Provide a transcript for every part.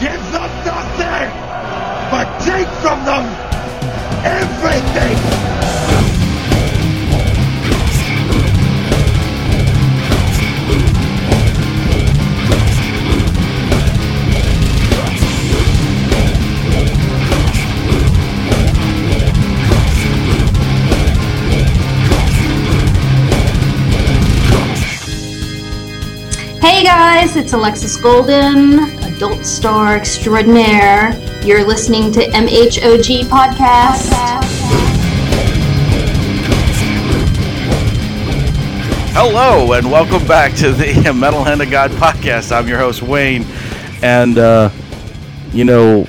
Give them nothing, but take from them everything. Hey guys, it's Alexis Golden, adult star extraordinaire. You're listening to MHOG Podcast. Hello and welcome back to the Metal Hand of God podcast. I'm your host Wayne, and uh, you know,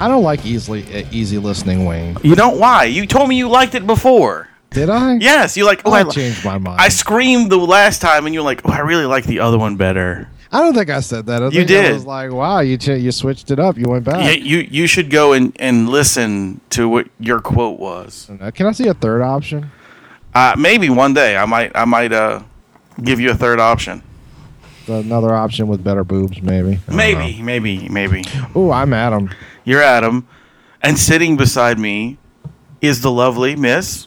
I don't like easily uh, easy listening, Wayne. you know why? You told me you liked it before. Did I? Yes, you like. Oh, I li- changed my mind. I screamed the last time, and you're like, "Oh, I really like the other one better." I don't think I said that. I You think I did. was like, wow, you ch- you switched it up. You went Yeah, back. you you should go and, and listen to what your quote was. Uh, Can I see a third option? Uh, maybe one day I might I might uh, give you a third option. Another option with better boobs, maybe. I don't Maybe, maybe, maybe. know. Ooh, I'm Adam. You're Adam, and sitting beside me is the lovely Miss.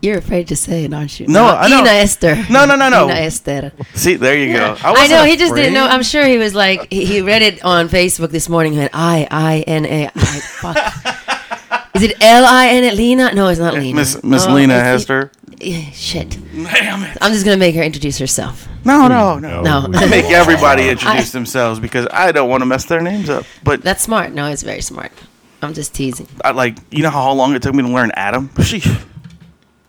You're afraid to say it, aren't you? No, I know. Nina Esther. No, no, no, no. Nina Esther. See, there you go. I, know he just didn't know. I'm sure he was like he, he read it on Facebook this morning. And I I N A I. Fuck. Is it L I N A Lena? No, it's not Lena. Miss Miss Oh, Lena it's- Hester. eh, Shit. Damn it. I'm just gonna make her introduce herself. No, no, no. No, I make everybody introduce themselves because I don't want to mess their names up. But that's smart. No, it's very smart. I'm just teasing. I, like, you know how long it took me to learn Adam? Sheesh.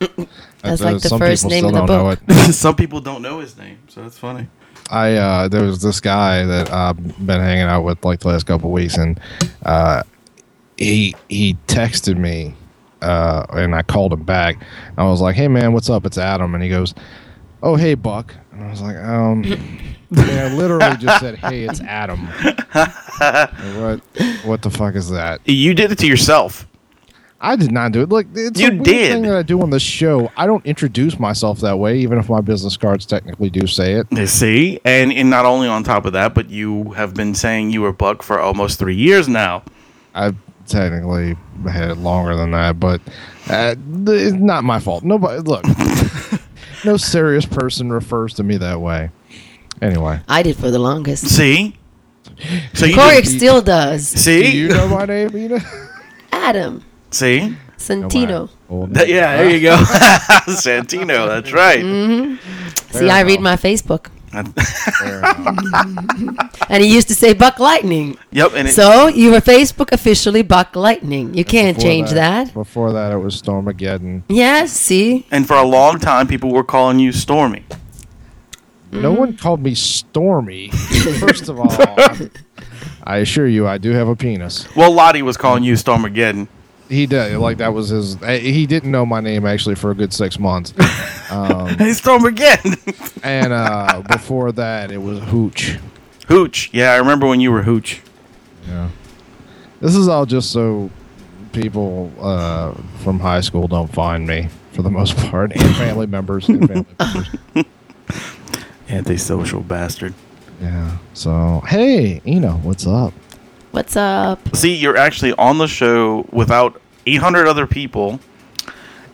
That's Uh, like the some first people name of still the don't know book. it. Some people don't know his name, so that's funny. I uh, there was this guy that I've been hanging out with like the last couple weeks, and uh, he he texted me, uh, and I called him back. I was like, "Hey man, what's up? It's Adam," and he goes, "Oh hey Buck," and I was like, "Um." Man, I literally just said, "Hey, it's Adam." what? What the fuck is that? You did it to yourself. I did not do it. Look, it's You a weird did. thing that I do on the show. I don't introduce myself that way, even if my business cards technically do say it. You See? And, and not only on top of that, but you have been saying you were Buck for almost three years now. I've technically had it longer than that, but uh, th- it's not my fault. Nobody, look, no serious person refers to me that way. Anyway, I did for the longest. See? So you Corey did- still does. See? do you know my name, Mina? Oh, Adam See? Santino. That- yeah, there you go. Santino, that's right. Mm. See, I read my Facebook. go. And he used to say Buck Lightning. Yep, and it, So you were Facebook officially Buck Lightning. You can't change that. Before that, it was Stormageddon. Yeah, see? and for a long time people were calling you Stormy. No Mm-hmm. one called me Stormy. First of all, I- I assure you, I do have a penis. Well, Lottie was calling you Stormageddon. He did. Like that was his. eh, He didn't know my name actually for a good six months. Hey, Stormageddon. and uh, before that, it was Hooch. Hooch. Yeah, I remember when you were Hooch. Yeah. This is all just so people uh, from high school don't find me for the most part, and family members. And family members. Antisocial bastard. Yeah. So hey, Eno, what's up? What's up? See, you're actually on the show without 800 other people,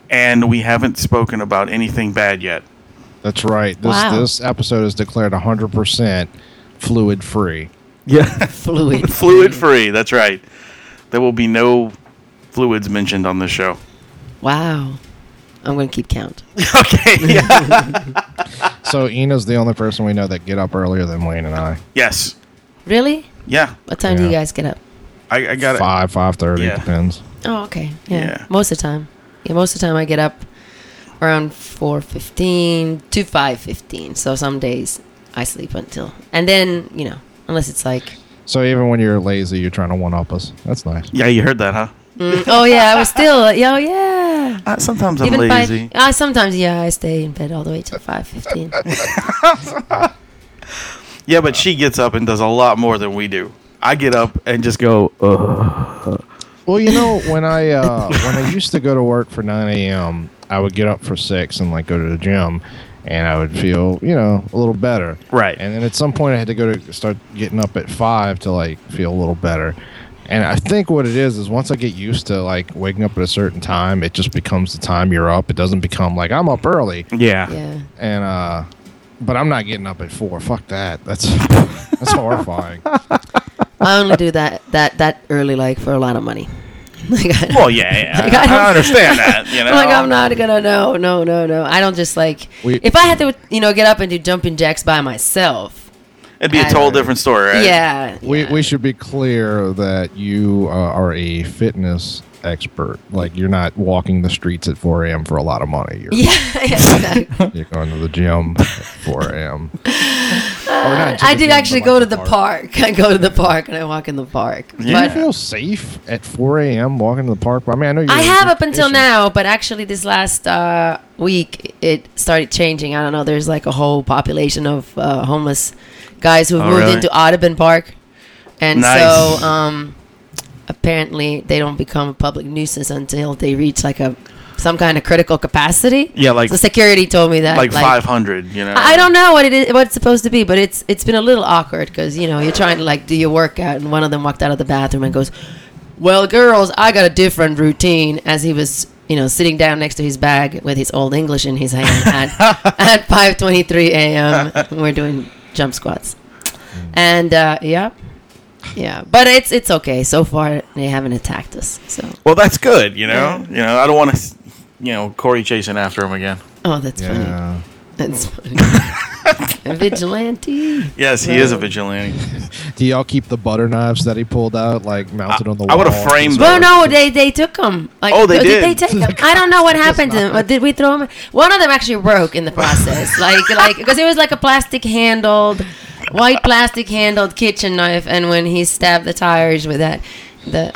and we haven't spoken about anything bad yet. That's right. This Wow. this episode is declared 100 percent fluid free. Yeah. Fluid. Fluid free. That's right. There will be no fluids mentioned on this show. Wow. I'm going to keep count. okay. Yeah. So Eno's the only person we know that get up earlier than Wayne and I. yes. Really? Yeah. What time do you Yeah. guys get up? I, I got it. five five thirty Yeah. depends. Oh, okay. Yeah. Yeah. Most of the time. Yeah, most of the time I get up around 4.15 to 5.15. So some days I sleep until... And then, you know, unless it's like... So even when you're lazy, you're trying to one up us. That's nice. Yeah, you heard that, huh? Mm, oh, yeah, I was still... Yo, yeah. Uh, sometimes I'm Even lazy. five. I sometimes yeah, I stay in bed all the way till five fifteen. Yeah, but she gets up and does a lot more than we do. I get up and just go. Well, you know, when I uh, when I used to go to work for nine a.m., I would get up for six and like go to the gym, and I would feel, you know, a little better. Right. And then at some point, I had to go to start getting up at five to like feel a little better. And I think what it is is once I get used to like waking up at a certain time, it just becomes the time you're up. It doesn't become like I'm up early Yeah. Yeah. and uh but I'm not getting up at four. Fuck that. That's that's horrifying. I only do that that that early like for a lot of money. Like I Well, yeah, yeah. Like, I don't- I, understand that. You know, like I'm not gonna no no no no. I don't just like We- if I had to you know get up and do jumping jacks by myself. it'd be a total different story, right? Yeah. We yeah. we should be clear that you uh, are a fitness expert. Like you're not walking the streets at 4 a.m. for a lot of money. You're, Yeah, exactly. you're going to the gym at 4 a.m. Or not to Uh, I the did gym, actually but, go like, to the park. I go to the park and I walk in the park. Do you But feel safe at 4 a.m. walking to the park? I mean, I know you. I have up until now, but actually this last uh, week it started changing. I don't know. There's like a whole population of uh, homeless guys who have Oh, moved really? into Audubon Park, and Nice. so um, apparently they don't become a public nuisance until they reach like a some kind of critical capacity. Yeah, like- the security told me that Like, 500. You know, I I don't know what it is, what it's supposed to be, but it's it's been a little awkward because you know you're trying to like do your workout, and one of them walked out of the bathroom and goes, "Well, girls, I got a different routine." As he was, you know, sitting down next to his bag with his old English in his hand at at 5:23 a.m. We're doing jump squats, and uh, yeah, yeah, but it's it's okay so far. They haven't attacked us, so Well, that's good. You know, you know, I don't want to, you know, Corey chasing after him again. oh, that's funny. Yeah. That's funny. Vigilante. Yes, he is a vigilante. Do y'all keep the butter knives that he pulled out, like mounted on the wall? I would've framed those. He's- Well, no, they they took them. Like, Oh, they they did. take them? I don't know what happened to them. But did we throw them? One of them actually broke in the process. like like because it was like a plastic handled, white plastic handled kitchen knife, and when he stabbed the tires with that, the.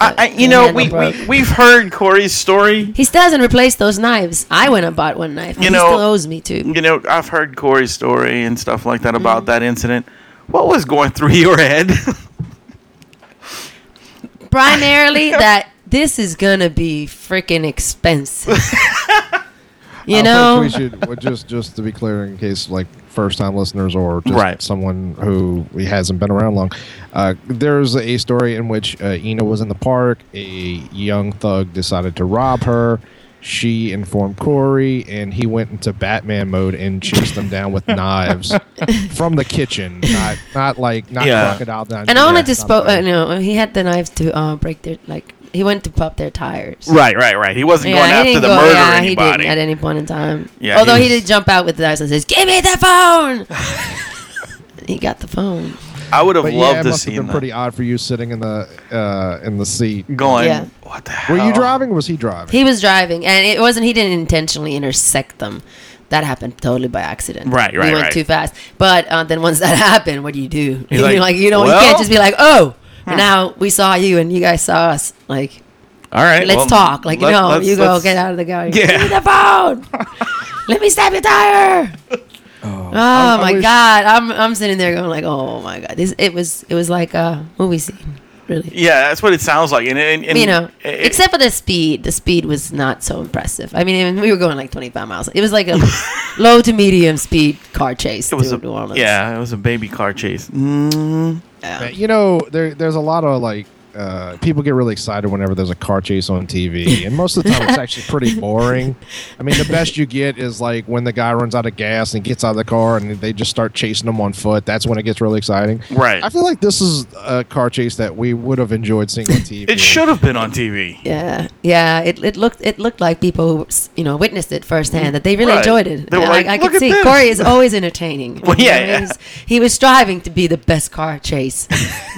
I, I, the- you the know, handle we, broke. we we've heard Corey's story. He still hasn't replaced those knives. I went and bought one knife. You he know- still owes me two. You know, I've heard Corey's story and stuff like that Mm. about that incident. What was going through your head? Primarily that this is gonna be freaking expensive. you know. I think we should well, just just to be clear, in case like first time listeners or just Right. someone who hasn't been around long. Uh, there's a story in which uh, Ina was in the park. A young thug decided to rob her. She informed Corey, and he went into Batman mode and chased them down with knives from the kitchen. Not not like not Yeah. crocodile. Not And I only not disposed. like- Uh, no, he had the knives to uh, break their like. He went to pop their tires. right, right, right. He wasn't going he after didn't the go- murder yeah, he didn't anybody. at any point in time. Yeah, Although he he, was- did jump out with the knives and says, "Give me the phone." he got the phone. I would have But loved yeah, it to must see have been that. pretty odd for you sitting in the uh, in the seat. going. Yeah. What the hell? Were you driving? or Was he driving? He was driving, and it wasn't. He didn't intentionally intersect them. That happened totally by accident. Right, right, He went right. too fast. But uh, then once that happened, what do you do? He's You're like, like, you know, you "Well?" hmm." can't just be like, "Oh, now we saw you, and you guys saw us." Like, All right. let's well, talk. Like, let- no, let's- you go let's- get out of the car. Yeah. Give me the phone. Let me stab your tire. Oh, I- I my wish- god, I'm I'm sitting there going like, oh my god, this it was it was like a movie scene, really. Yeah, that's what it sounds like. And, and, and you know, it- except for the speed. The speed was not so impressive. I mean, even we were going like 25 miles. It was like a low to medium speed car chase it was through a New Orleans. yeah, it was a baby car chase. Mm, Yeah. Uh, you know, there, there's a lot of like uh, people get really excited whenever there's a car chase on TV, and most of the time it's actually pretty boring. I mean, the best you get is like when the guy runs out of gas and gets out of the car, and they just start chasing him on foot. That's when it gets really exciting. Right. I feel like this is a car chase that we would have enjoyed seeing on TV. It should have been on TV. Yeah, yeah. It, it looked it looked like people who you know witnessed it firsthand that they really Mm-hmm. Right. enjoyed it. They were I- like, I, "Look could at see this." Corey is always entertaining. Well, You yeah, know, yeah. He, was, he was striving to be the best car chase,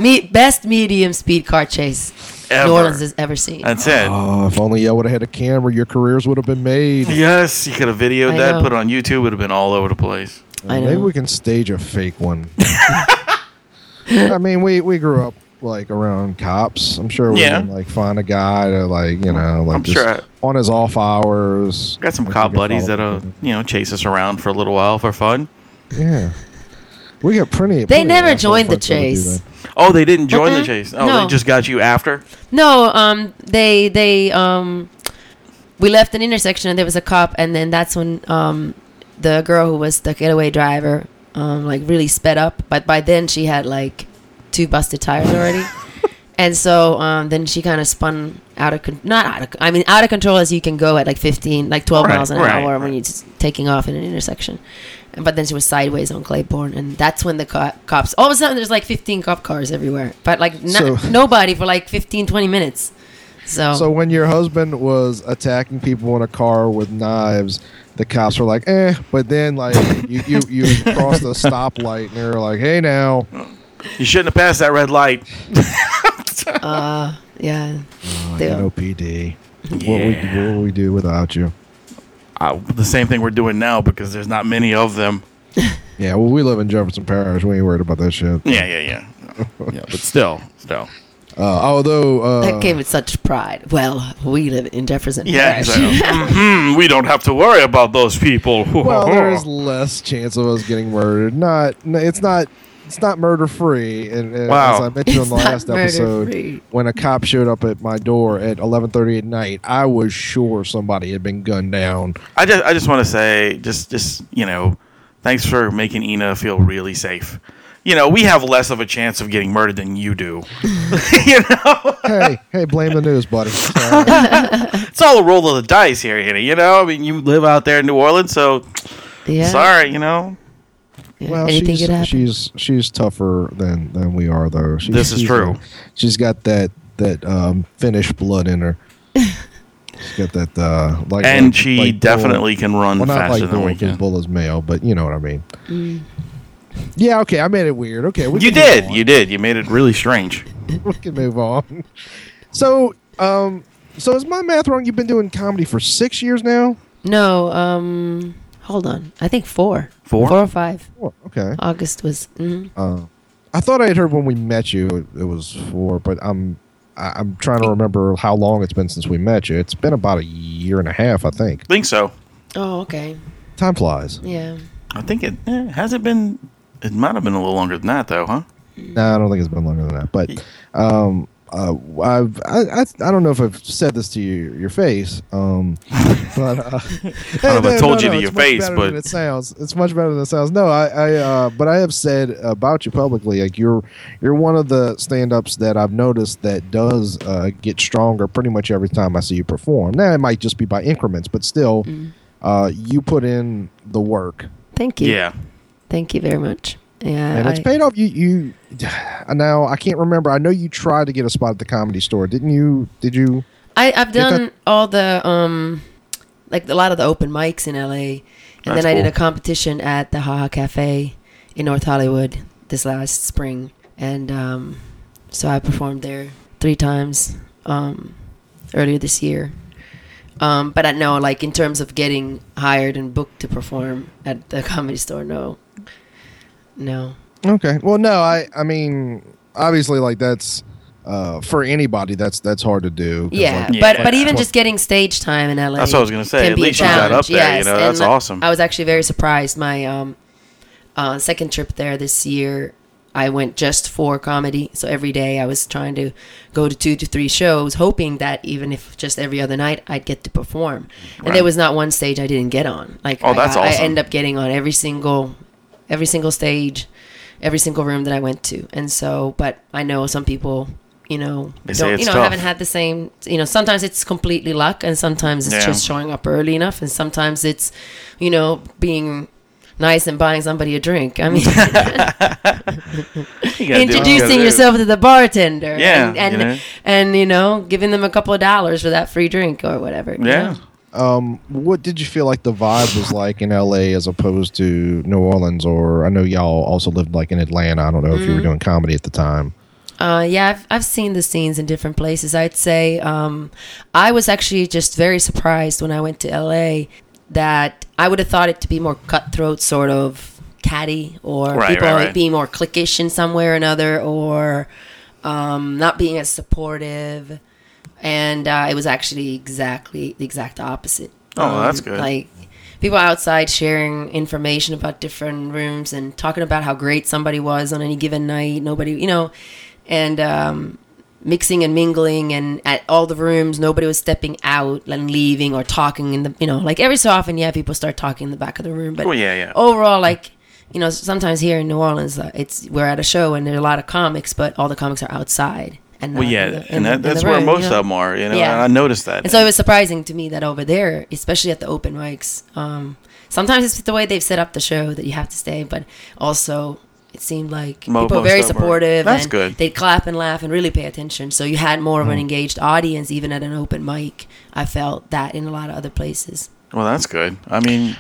me, best medium speed car chase Ever. New Orleans has ever seen. That's it. Oh, if only y'all would have had a camera, your careers would have been made. Yes, you could have videoed I that, know. put it on YouTube. Would have been all over the place. I Maybe know. we can stage a fake one. I mean, we, we grew up like around cops. I'm sure we Yeah. can like find a guy to like you know like I'm just sure I- on his off hours. Got some Like, we cop could buddies follow that'll him. you know chase us around for a little while for fun. yeah. We got plenty. They plenty of never asshole joined the folks that'll do chase. that. Oh, they didn't join the Uh-uh. chase. Oh, they No. just got you after. No, um, they they um, we left an intersection and there was a cop, and then that's when um, the girl who was the getaway driver um, like really sped up, but by then she had like two busted tires already. And so um, then she kind of spun out of con- not out of I mean out of control as you can go at like 15 like 12 Right, miles an right, hour when you're just taking off in an intersection. And, but then she was sideways on Claiborne and that's when the co- cops all of a sudden there's like 15 cop cars everywhere. But like no- So- nobody for like 15 20 minutes. So, So when your husband was attacking people in a car with knives, the cops were like, "Eh," but then like you you, you crossed a stoplight and they were like, "Hey now." You shouldn't have passed that red light. yeah. Oh, You they- know, PD. What would what would we do without you? Uh, the same thing we're doing now because there's not many of them. Yeah, well, we live in Jefferson Parish. We ain't worried about that shit. Yeah, yeah, yeah. yeah but still, still. Uh, although, uh, that came with such pride. Well, we live in Jefferson. Yeah, Parish. exactly. Mhm, we don't have to worry about those people. well, there is less chance of us getting murdered. Not, n- it's not, it's not murder free. And, and Wow. as I mentioned in It's the not last episode, murder-free. when a cop showed up at my door at 11:30 at night, I was sure somebody had been gunned down. I just I just want to say just just you know, thanks for making Ina feel really safe. You know, we have less of a chance of getting murdered than you do. you know, hey, hey, blame the news, buddy. So, it's all a roll of the dice here, Ina. You know, I mean, you live out there in New Orleans, so Yeah. sorry. You know, Yeah. well, Anything could she's, happen. she's she's tougher than than we are, though. She's, This is she's- true. She's got that that um, Finnish blood in her. She's got that uh, like, and like- she like Dora- definitely can run well, not faster like than Dora we can. Bulla's male, but you know what I mean. Mm. Yeah, okay, I made it weird. Okay, we You can move did, on. you did. You made it really strange. we can move on. So, um, so is my math wrong? You've been doing comedy for six years now. No, um, hold on. I think four. Four? Four or five. Oh, okay. August was. mhm. Uh, I thought I had heard when we met you it, it was four, but I'm I, I'm trying to remember how long it's been since we met you. It's been about a year and a half, I think. think so. Oh, okay. Time flies. Yeah. I think it eh, has it been. It might have been a little longer than that, though, huh? No, I don't think it's been longer than that. But um, uh, I've I, I I don't know if I've said this to you your face. Um, but uh, I don't know if I no, told no, you to no, your it's much face, better but- than it sounds it's much better than it sounds. No, I I uh, but I have said about you publicly like you're you're one of the stand ups that I've noticed that does uh, get stronger pretty much every time I see you perform. Now it might just be by increments, but still. Uh, you put in the work Thank you. Yeah. Thank you very much. Yeah. and it's I- paid off. You you now I can't remember. I know you tried to get a spot at the comedy store, didn't you? Did you? I, Get I've that- done all the um, like a lot of the open mics in LA, and That's then I did cool. a competition at the Haha Cafe in North Hollywood this last spring, and um, so I performed there three times um, earlier this year. Um, but I know, like in terms of getting hired and booked to perform at the comedy store, no, no, Okay. Well, no. I I mean, obviously, like that's uh, for anybody. That's that's hard to do. 'cause, Yeah, like, but Yeah. but even Well- just getting stage time in LA. That's what I was gonna say. can At be a least you got challenge. up there, you know, and that's awesome. I was actually very surprised. My um, uh, second trip there this year, I went just for comedy. So every day I was trying to go to two to three shows, hoping that even if just every other night I'd get to perform. And Right. there was not one stage I didn't get on. Like Oh, I that's got- awesome. I end up getting on every single, every single stage, every single room that I went to. And so, but I know some people, you know, They say don't, it's you know, tough. haven't had the same. You know, sometimes it's completely luck, and sometimes it's Yeah. just showing up early enough, and sometimes it's, you know, being nice and buying somebody a drink. I mean, You gotta do what you gotta introducing do. yourself to the bartender. Yeah, and and you know. and, you know, giving them a couple of dollars for that free drink or whatever. you Yeah. know? Um, what did you feel like the vibe was like in L.A. as opposed to New Orleans? Or I know y'all also lived like in Atlanta. I don't know if you were doing comedy at the time. Uh, yeah, I've, I've seen the scenes in different places. I'd say um, I was actually just very surprised when I went to LA that I would have thought it to be more cutthroat, sort of catty, or Right, people right, like right. being more cliquish in some way or another, or um, not being as supportive. And uh, it was actually exactly the exact opposite. Um, Oh, that's good. Like people outside sharing information about different rooms and talking about how great somebody was on any given night. Nobody, you know, and um, mixing and mingling and at all the rooms nobody was stepping out and leaving or talking in the you know like every so often yeah people start talking in the back of the room but Oh, yeah, yeah. overall like you know sometimes here in new orleans uh, it's we're at a show and there are a lot of comics but all the comics are outside and Well, not Uh, in yeah, the- in and the- that, in the that's where room, most you know? of them are. You know, Yeah. and I noticed that. And so it was surprising to me that over there, especially at the open mics, um, sometimes it's the way they've set up the show that you have to stay, but also it seemed like Mo- people were most very of 'em are. supportive. That's and good. Mm-hmm. They'd clap and laugh and really pay attention. So you had more of an engaged audience even at an open mic. I felt that in a lot of other places. well, that's good. I mean,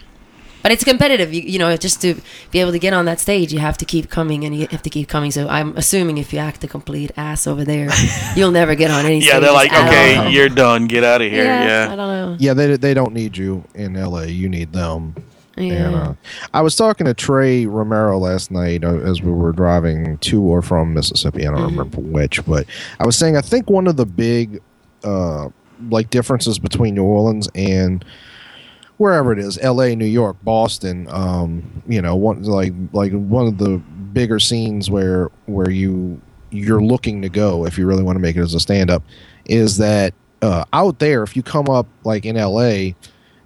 But it's competitive, you, you know, just to be able to get on that stage, you have to keep coming and you have to keep coming. So I'm assuming if you act a complete ass over there, you'll never get on any yeah, they're like, stages at all. okay, you're done. Get out of here. I Yeah. don't know. Yeah, they they don't need you in LA. You need them. Yeah. And, uh, I was talking to Trey Romero last night uh, as we were driving to or from Mississippi. I don't remember which, but I was saying I think one of the big uh, like differences between New Orleans and wherever it is, L.A., New York, Boston. Um, you know, one like like one of the bigger scenes where where you you're looking to go if you really want to make it as a stand up is that uh, out there if you come up like in L.A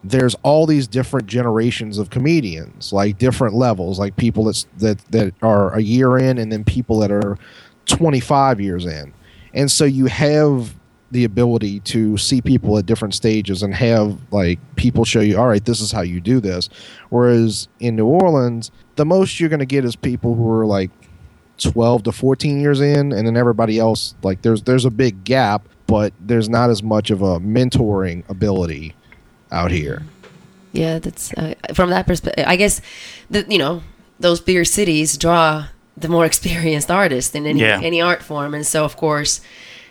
there's all these different generations of comedians, like different levels, like people that's, that that are a year in, and then people that are 25 years in, and so you have the ability to see people at different stages and have like people show you, all right, this is how you do this. Whereas in New Orleans, the most you're going to get is people who are like 12 to 14 years in and then everybody else like there's there's a big gap but there's not as much of a mentoring ability out here Yeah, that's uh, from that perspective. I guess that you know those bigger cities draw the more experienced artists in any Yeah. any art form, and so of course,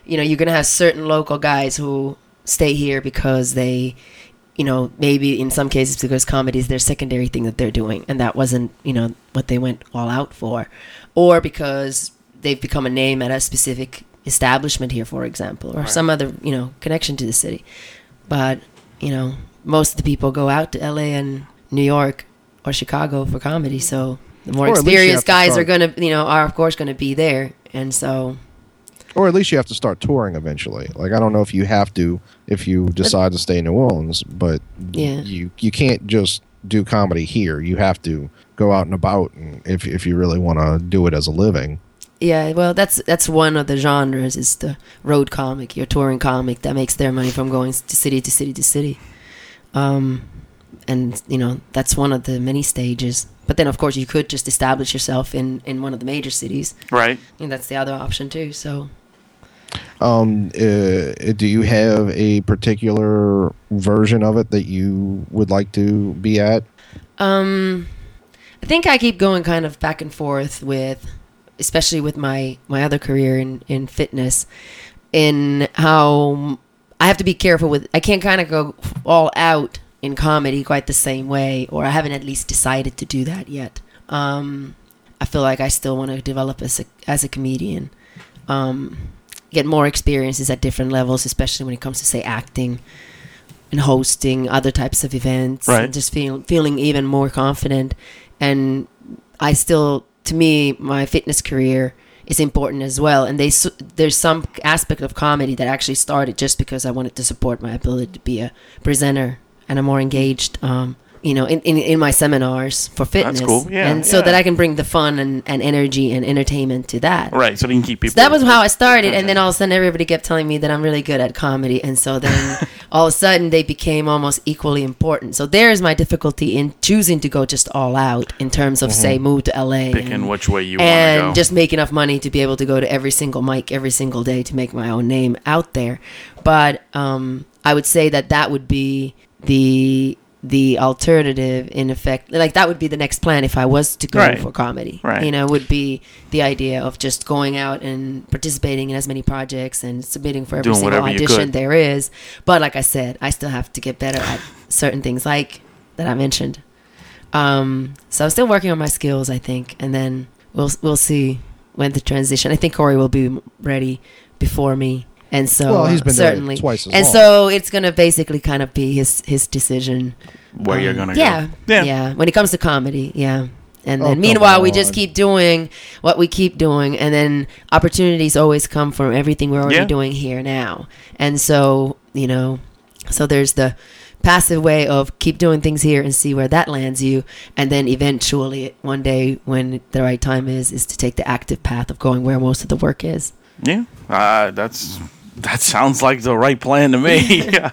you know you're gonna have certain local guys who stay here because they, you know, maybe in some cases because comedy is their secondary thing that they're doing, and that wasn't you know what they went all out for, or because they've become a name at a specific establishment here, for example, or some other you know connection to the city but you know most of the people go out to la and new york or chicago for comedy so the more Or at least you have experienced to guys start. are gonna you know are of course gonna be there and so or at least you have to start touring eventually like i don't know if you have to if you decide to stay in new orleans but Yeah. you you can't just do comedy here you have to go out and about and if, if you really want to do it as a living yeah well that's that's one of the genres is the road comic your touring comic that makes their money from going to city to city to city um and you know that's one of the many stages but then of course you could just establish yourself in in one of the major cities Right. and that's the other option too so um uh, do you have a particular version of it that you would like to be at Um, I think I keep going kind of back and forth with, especially with my my other career in in fitness, in how I have to be careful with. I can't kind of go all out in comedy quite the same way, or I haven't at least decided to do that yet. Um, I feel like I still want to develop as a as a comedian. Um, get more experiences at different levels, especially when it comes to say acting and hosting other types of events Right. and just feel, feeling even more confident and i still to me my fitness career is important as well and they s- there's some aspect of comedy that actually started just because i wanted to support my ability to be a presenter and a more engaged um, you know in, in, in my seminars for fitness cool. Yeah, and so yeah. that i can bring the fun and, and energy and entertainment to that Right. So they can keep people. so that was how I started, and then all of a sudden everybody kept telling me that I'm really good at comedy, and so then all of a sudden they became almost equally important. So there's my difficulty in choosing to go just all out in terms of say move to LA Mm-hmm. Picking which way you wanna and go. just make enough money to be able to go to every single mic every single day to make my own name out there. But um, I would say that that would be the the alternative in effect like that would be the next plan if i was to go Right. for comedy Right. you know would be the idea of just going out and participating in as many projects and submitting for every Doing single whatever you audition could. there is but like i said i still have to get better at certain things like that i mentioned um, so I'm still working on my skills, I think, and then we'll we'll see when the transition. I think Corey will be ready before me, and so Well, uh, he's been doing it certainly twice as and long. so it's gonna basically kind of be his his decision. where you're Um, gonna yeah, go. yeah, yeah. When it comes to comedy, yeah, And Oh, then come meanwhile, we just on. keep doing what we keep doing. And then opportunities always come from everything we're already Yeah. doing here now. And so, you know, so there's the passive way of keep doing things here and see where that lands you. And then eventually, one day when the right time is, is to take the active path of going where most of the work is. Yeah, uh, that's that sounds like the right plan to me.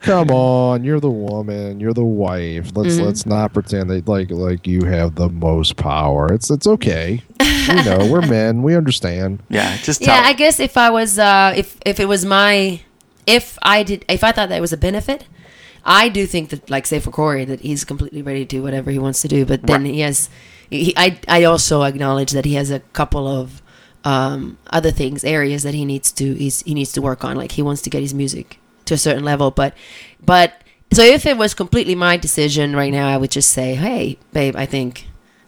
Come on, you're the woman, you're the wife. Let's let's not pretend that like like you have the most power. It's it's okay. you know, we're men, we understand. yeah, just tell. Yeah, I guess if I was, uh, if if it was my, if I did, if I thought that was a benefit, I do think that, like, say for Corey, that he's completely ready to do whatever he wants to do. But then he has, he, I I also acknowledge that he has a couple of um, other things, areas that he needs to he's, he needs to work on. Like he wants to get his music to a certain level, but but so if it was completely my decision right now, I would just say, hey, babe, I think.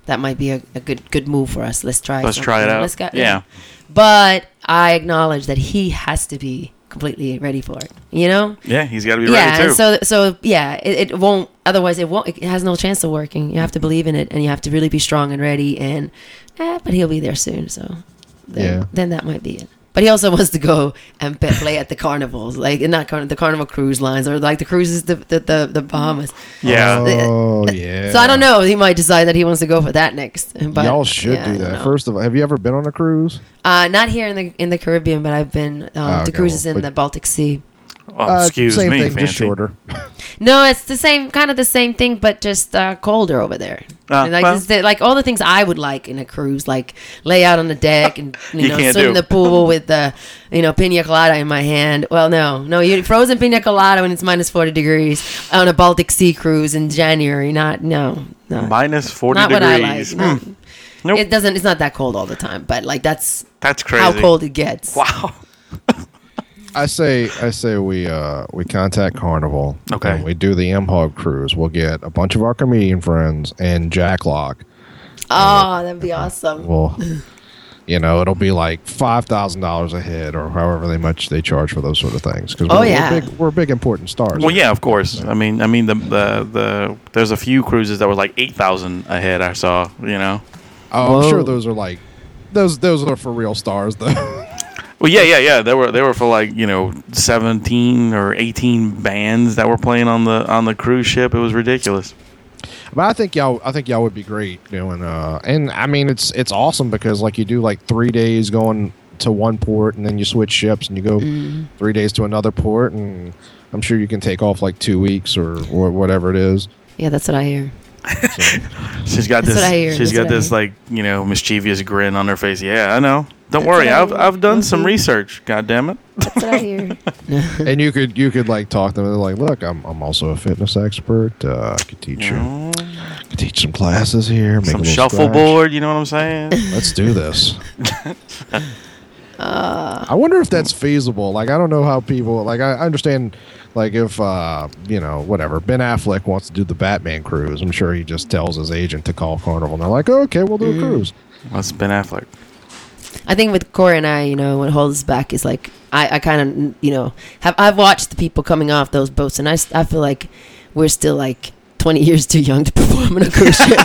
That might be a, a good good move for us. Let's try. Let's try it something. out. Let's go. Yeah. But I acknowledge that he has to be completely ready for it. You know? yeah, he's got to be yeah. ready And too. so so yeah, it, it won't. Otherwise, it won't. It has no chance of working. You have to believe in it, and you have to really be strong and ready. And eh, but he'll be there soon. So then, Yeah. then that might be it. But he also wants to go and pe- play at the carnivals, like not carn- the carnival cruise lines or like the cruises the the, the, the Bahamas. yeah, Oh yeah. So I don't know. He might decide that he wants to go for that next. But Y'all should yeah, I do don't that. know. First of all, have you ever been on a cruise? Uh, not here in the in the Caribbean, but I've been um, Ah, okay, to cruises well, in but- the Baltic Sea. oh, Uh, excuse same me, thing, fancy. just shorter. No, it's the same kind of the same thing, but just uh, colder over there. Ah, And, like well. it's the- like all the things I would like in a cruise, like lay out on the deck and you, You know can't swim in do. the pool with the you know pina colada in my hand. Well, no, no, you frozen pina colada when it's minus forty degrees on a Baltic Sea cruise in January. Not no, no, Minus forty not what I like. degrees. No. Hmm, Nope. It doesn't. It's not that cold all the time, but like that's that's crazy. how cold it gets. Wow. I say I say we uh we contact Carnival. Okay. and we do the M Hog cruise. We'll get a bunch of our comedian friends and Jack Lock. Oh, that'd be awesome. Well, you know, it'll be like five thousand dollars a head, or however they much they charge for those sort of things. Because Oh, we're, yeah. we're big, we're big important stars. Well, yeah, of course. I mean, I mean the the, the there's a few cruises that were like eight thousand a head. I saw. You know. Oh, I'm Whoa. sure those are like those those are for real stars though. Well, yeah, yeah, yeah. They were they were for like you know seventeen or eighteen bands that were playing on the on the cruise ship. It was ridiculous. but I think y'all I think y'all would be great doing. Uh, and I mean it's it's awesome because like you do like three days going to one port and then you switch ships and you go Mm. three days to another port and I'm sure you can take off like two weeks or, or whatever it is. Yeah, that's what I hear. She's got That's this. what I hear. She's That's got what I this hear. like you know mischievous grin on her face. Yeah, I know. Don't That's worry. what I I've hear. I've done some Mhm. research. God damn it. That's what I hear. and you could you could like talk to them and like look I'm, I'm also a fitness expert uh, I could teach you I could teach some classes here make Oh, Some a little scratch. shuffleboard. You know what I'm saying? let's do this I wonder if that's feasible like I don't know how people like I I understand like if uh you know whatever Ben Affleck wants to do the Batman cruise I'm sure he just tells his agent to call Carnival and they're like okay we'll Mm-hmm. do a cruise That's Ben Affleck. I think with Corey and I, you know, what holds us back is like I, I kind of, you know, have I've watched the people coming off those boats, and I, s- I feel like we're still like 20 years too young to perform on a cruise ship.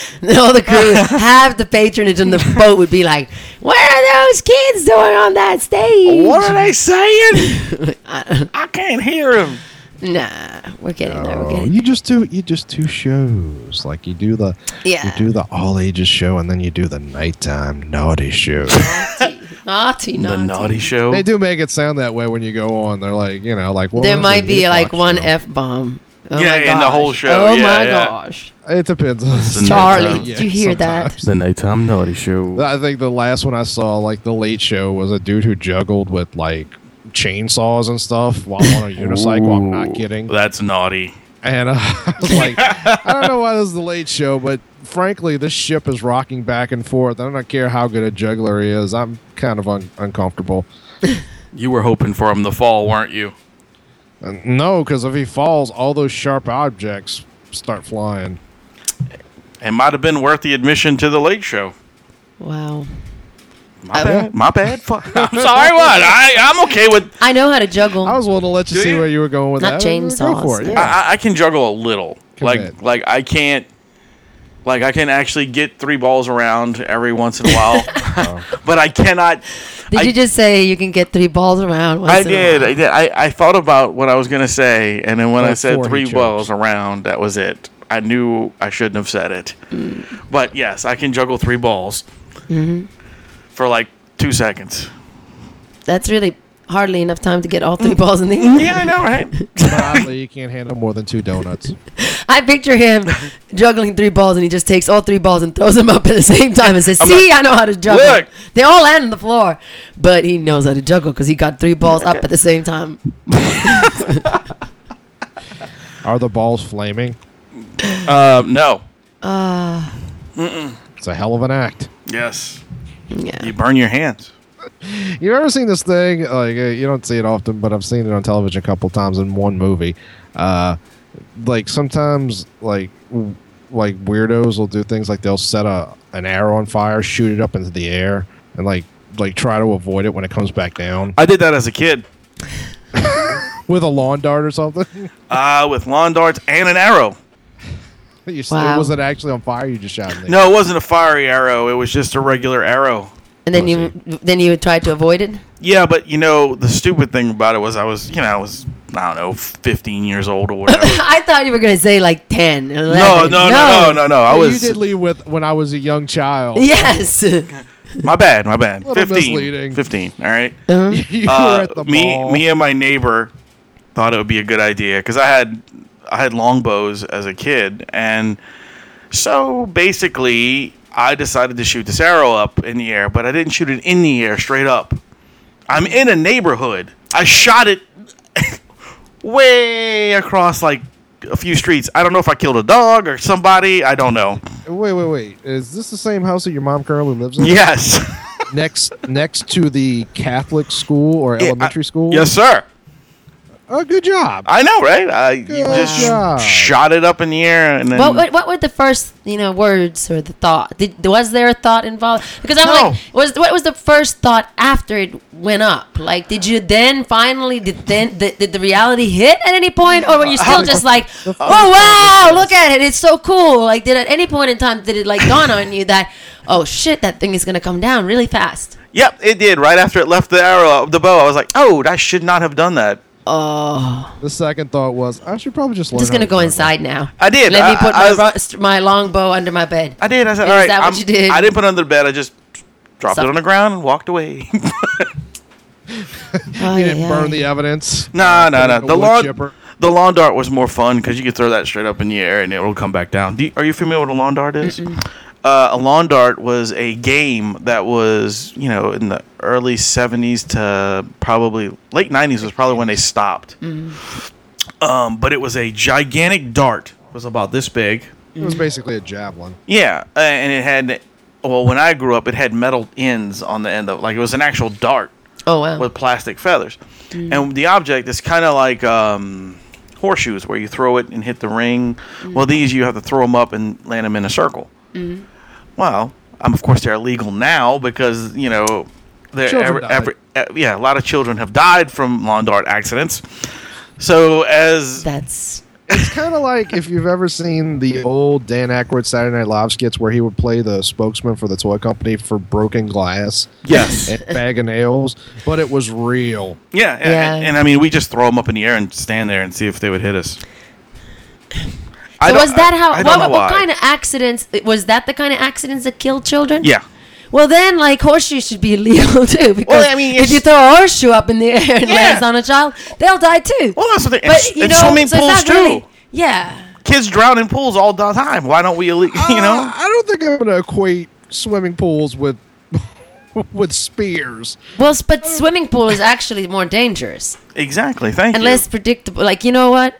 No, the crew, half the patronage on the boat would be like, "What are those kids doing on that stage?" are they saying? I can't hear him. Nah, we're getting there. We're Oh, getting you just do you just do shows like you do the Yeah. you do the all ages show and then you do the nighttime naughty show. naughty, naughty, The naughty. Naughty Oh. Show. They do make it sound that way when you go on. They're like, you know, like well, there that's might a be Meatbox like one show. f bomb. Oh Yeah, my in the whole gosh. show. Oh Yeah, my yeah. gosh, It depends. on It's a Charlie, nighttime. did you hear that? The nighttime Naughty Show. I think the last one I saw, like the Late Show, was a dude who juggled with like chainsaws and stuff while on a unicycle. I'm not kidding. That's naughty. And uh, I was like, I don't know why this is the Late Show, but frankly, this ship is rocking back and forth. I don't care how good a juggler he is. I'm kind of un- uncomfortable. You were hoping for him to fall, weren't you? And no, because if he falls, all those sharp objects start flying. It might have been worth the admission to the late show. Wow. My bad. My bad. Fuck. I'm sorry. What? I, I'm okay with. I know how to juggle. I was willing to let you Do see you? where you were going with Not that. Go chainsaws. for it, Yeah. yeah. I, I- I can juggle a little. Like Commit. like I can't. Like I can actually get three balls around every once in a while, but I cannot. did I- you just say you can get three balls around? Once I in a did. while? I did. I, I thought about what I was gonna say, and then when I Like said four three heat balls jokes. around, that was it. I knew I shouldn't have said it. But yes, I can juggle three balls Mm-hmm. for like two seconds. That's really hardly enough time to get all three balls in the air. Yeah, I know, right? But oddly, you can't handle more than two donuts. I picture him juggling three balls and he just takes all three balls and throws them up at the same time and says, I'm "See, like, I know how to juggle." "Look." They all land on the floor, but he knows how to juggle because he got three balls up at the same time. Are the balls flaming? um, no. It's a hell of an act. Yes. Yeah, You burn your hands. You ever seen this thing? Like uh, you don't see it often, but I've seen it on television a couple times in one movie. Uh, like sometimes, like w- like weirdos will do things like they'll set a an arrow on fire, shoot it up into the air, and like like try to avoid it when it comes back down I did that as a kid with a lawn dart or something. uh, with lawn darts and an arrow. you s- Wow. It wasn't actually on fire. You just shot it. in the air. No, it wasn't a fiery arrow. It was just a regular arrow. and then you then you try to avoid it. Yeah, but you know the stupid thing about it was I was you know I was I don't know 15 years old or whatever. I thought you were gonna say like 10, 11. no, no, no, no, no, no. I Well, was you did leave with when I was a young child. Yes. my bad, my bad. Little 15, misleading. 15. All right. Uh-huh. you were Uh, at the me, mall. me, and my neighbor thought it would be a good idea because I had I had longbows as a kid, and so basically I decided to shoot this arrow up in the air, but I didn't shoot it in the air straight up. I'm in a neighborhood. I shot it way across like a few streets. I don't know if I killed a dog or somebody. I don't know. Wait, wait, wait. Is this the same house that your mom currently lives in? Yes. next next to the Catholic school or elementary school. yes, sir. Oh, good job. I know, right? I you Good just job. shot it up in the air and then What, what what were the first you know words or the thought? Did was there a thought involved? Because I'm No. like, was what was the first thought after it went up? Like, did you then finally did then did, did the reality hit at any point, or were you still just like, oh wow, look at it, it's so cool? Like, did at any point in time did it like dawn on you that oh shit, that thing is gonna come down really fast? Yep, it did. Right after it left the arrow, the bow, I was like, "Oh, I should not have done that." Oh, The second thought was I should probably just. I'm Learn Oh, just how gonna to go juggle. inside now. I did. Let I- me put I my, was- ro- st- my long bow under my bed. I did. I said, Is "All right." that what I'm- you did? I didn't put it under the bed. I just dropped Suck. it on the ground and walked away. Oh, You didn't burn the evidence. no, no, no. like The a wood lawn, chipper. the lawn dart was more fun because you could throw that straight up in the air and it will come back down. Do you- are you familiar with a lawn dart is? Uh, a lawn dart was a game that was, you know, in the early 70s to probably late 90s was probably when they stopped. Mm-hmm. Um, but it was a gigantic dart. It was about this big. It was basically a javelin. Yeah, uh, and it had. Well, when I grew up, it had metal ends on the end of, like it was an actual dart Oh wow. with plastic feathers, Mm. and the object is kind of like um, horseshoes, where you throw it and hit the ring. Mm. Well, these you have to throw them up and land them in a circle. Well, um, of course they're illegal now because you know, they're Children every, died. every, uh, yeah, a lot of children have died from lawn dart accidents. So as That's It's kind of like if you've ever seen the old Dan Aykroyd Saturday Night Live skits where he would play the spokesman for the toy company for broken glass yes, and bag of nails, but it was real. Yeah, yeah. Yeah. And, and I mean, we just throw them up in the air and stand there and see if they would hit us. So was that how? I don't what, know what why. kind of accidents? Was that the kind of accidents that killed children? Yeah. Well, then, like horseshoes should be illegal too. Because I mean, if it's- you throw a horseshoe up in the air and Yeah. lands on a child, they'll die too. Well, that's what they. but and, you and know, swimming so pools it's too. not really. Yeah. Kids drown in pools all the time. Why don't we? Elite, you Uh, Ah. know. I don't think I'm going to equate swimming pools with with spears. Well, s- but swimming pool is actually more dangerous Exactly. Thank and you. less predictable. Like you know what?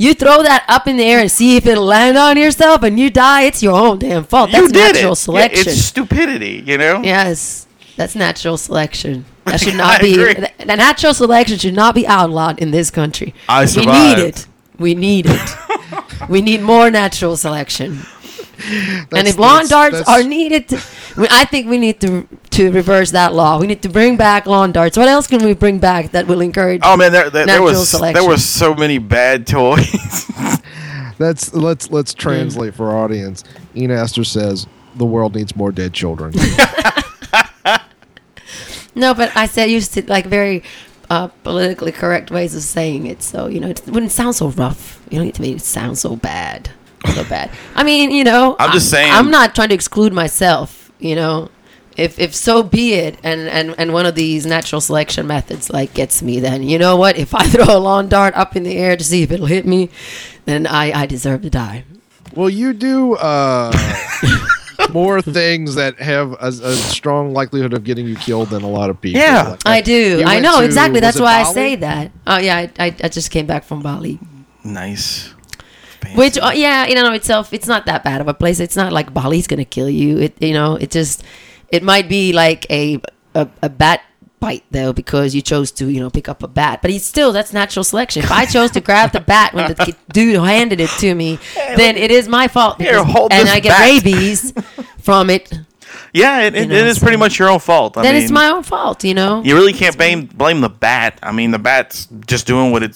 You throw that up in the air and see if it'll land on yourself, and you die. It's your own damn fault. you That's did natural it. selection. Yeah, it's stupidity. You know. Yes, that's natural selection. That should I not be. agree. Th- that natural selection should not be outlawed in this country. I We survived. need it. We need it. we need more natural selection. and That's- if lawn that's- darts that's- are needed, I mean, I think we need to to reverse that law. We need to bring back lawn darts. What else can we bring back that will encourage? Oh man, there, there, there Natural was selection. there were so many bad toys. That's let's let's translate for our audience. Ian Astor says the world needs more dead children. No, but I said used to like very uh, politically correct ways of saying it, so you know it wouldn't sound so rough. You don't need to make it sound so bad, so bad. I mean, you know, I'm just saying- I'm not trying to exclude myself. You know, if if so be it, and and and one of these natural selection methods like gets me, then you know what? If I throw a lawn dart up in the air to see if it'll hit me, then I I deserve to die. well, you do uh, more things that have a, a strong likelihood of getting you killed than a lot of people. Yeah. Like, I do. you I went know to- exactly. was That's it why I Bali? say that. Oh yeah, I, I I just came back from Bali. nice. Which, uh, yeah, in and of itself, it's not that bad of a place. It's not like Bali's gonna kill you. It, you know, it just, it might be like a a, a bat bite though because you chose to, you know, pick up a bat. But it's still that's natural selection. If I chose to grab the bat when the kid- dude handed it to me, then it is my fault. Here, hold and this I get bat. rabies from it. Yeah, it, it, know, it is pretty so- much your own fault. I then mean, it's my own fault, you know. You really can't blame blame the bat. I mean, the bat's just doing what it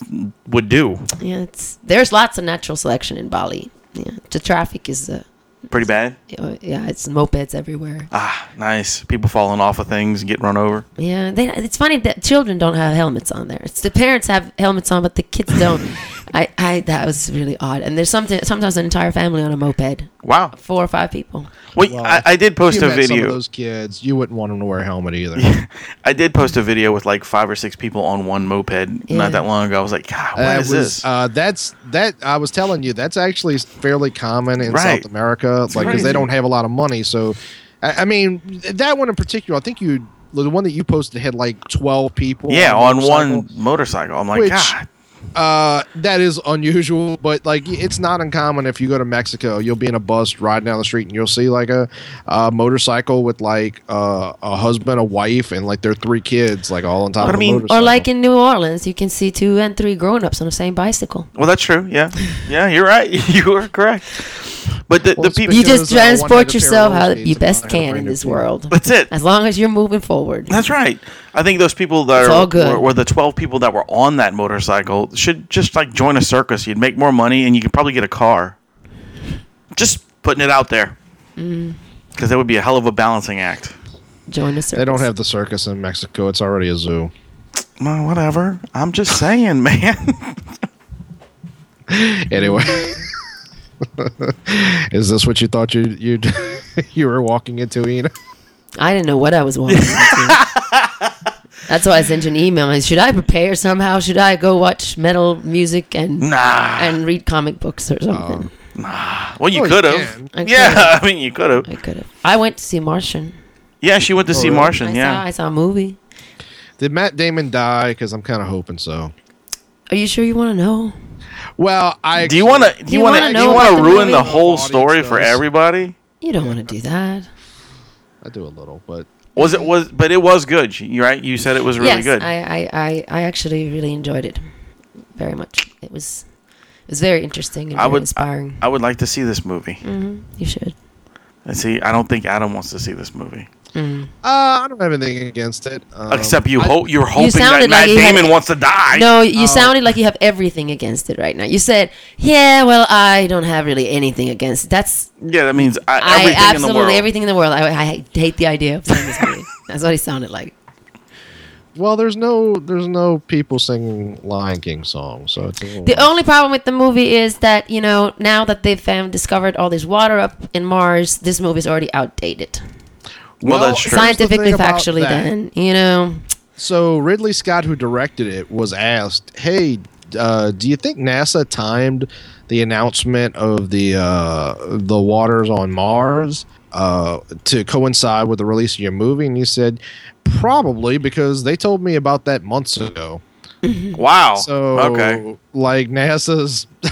would do. Yeah, it's there's lots of natural selection in Bali. Yeah, the traffic is, uh, Pretty bad. yeah, it's mopeds everywhere. Ah, nice. People falling off of things and getting run over. Yeah, they, it's funny that children don't have helmets on there. It's the parents have helmets on, but the kids don't. I, I that was really odd. And there's something sometimes an entire family on a moped, Wow. four or five people. Wait, Well, I, I did you post a met Some of video. those kids, you wouldn't want them to wear a helmet either. I did post a video with like five or six people on one moped Yeah. not that long ago. I was like, God, what That is was- this? Uh, that's that. I was telling you, that's actually fairly common in Right. South America, like because crazy. they don't have a lot of money. So, I, I mean, that one in particular, I think you, the one that you posted had like twelve people. yeah, a on motorcycle. one motorcycle. I'm like, Which- God. Uh, that is unusual, but like it's not uncommon if you go to Mexico, you'll be in a bus riding down the street and you'll see like a, a motorcycle with like uh, a husband, a wife, and like their three kids, like all on top But I of a mean- Or Or motorcycle. like in New Orleans, you can see two and three grown-ups on the same bicycle. Well, that's true. Yeah, yeah, you're right. you are correct. But the, Well, the people. speaking You Because, just uh, one night transport of yourself how parallels you needs to best find a can brand in new this field. world. That's it. As long as you're moving forward. That's right. I think those people that It's are, all good. Were, were the twelve people that were on that motorcycle should just like join a circus. You'd make more money, and you could probably get a car. Just putting it out there, Mm. because that would be a hell of a balancing act. Join the circus. They don't have the circus in Mexico. It's already a zoo. Well, whatever. I'm just saying, man. Anyway, is this what you thought you you you were walking into, Ian? I didn't know what I was walking into. That's why I sent you an email. I said, Should I prepare somehow? Should I go watch metal music and Nah. and read comic books or something? well, you Oh, you could can. have. I Yeah, I mean, you could I have. could have. I went to see Martian. Yeah, she went to see really? Martian. I yeah, saw I saw a movie. Did Matt Damon die? Because I'm kind of hoping so. Are you sure you want to know? Well, I Do you want to? Do You you want wanna to? Do know you about want to the ruin the movie? whole Audience story for does. everybody? You don't want to do that. I do a little, but Was it was? But it was good. You right? You said it was really yes, good. I, I, I, I actually really enjoyed it very much. It was it was very interesting and I very would- inspiring. Mm. I would like to see this movie. you should. And see, I don't think Adam wants to see this movie. uh, I don't have anything against it. Um, Except you hope you're hoping that sounded like Matt you had- Damon wants to die. no, you sounded like you have everything against it right now. You said, "Yeah, well, I don't have really anything against." It. That's Yeah, that means I, I everything in the absolutely world. everything in the world. I, I hate the idea of seeing this movie. That's what he sounded like. Well, there's no there's no people singing Lion King songs, so it's a little- The only problem with the movie is that you know now that they've um, discovered all this water up in Mars, this movie's already outdated. Well, that's here's true. the Scientifically, thing about factually, that. then you know, So Ridley Scott, who directed it, was asked, "Hey, uh, do you think NASA timed the announcement of the uh, the waters on Mars uh, to coincide with the release of your movie?" And he said, "Probably, because they told me about that months ago." Wow. So, okay. like NASA's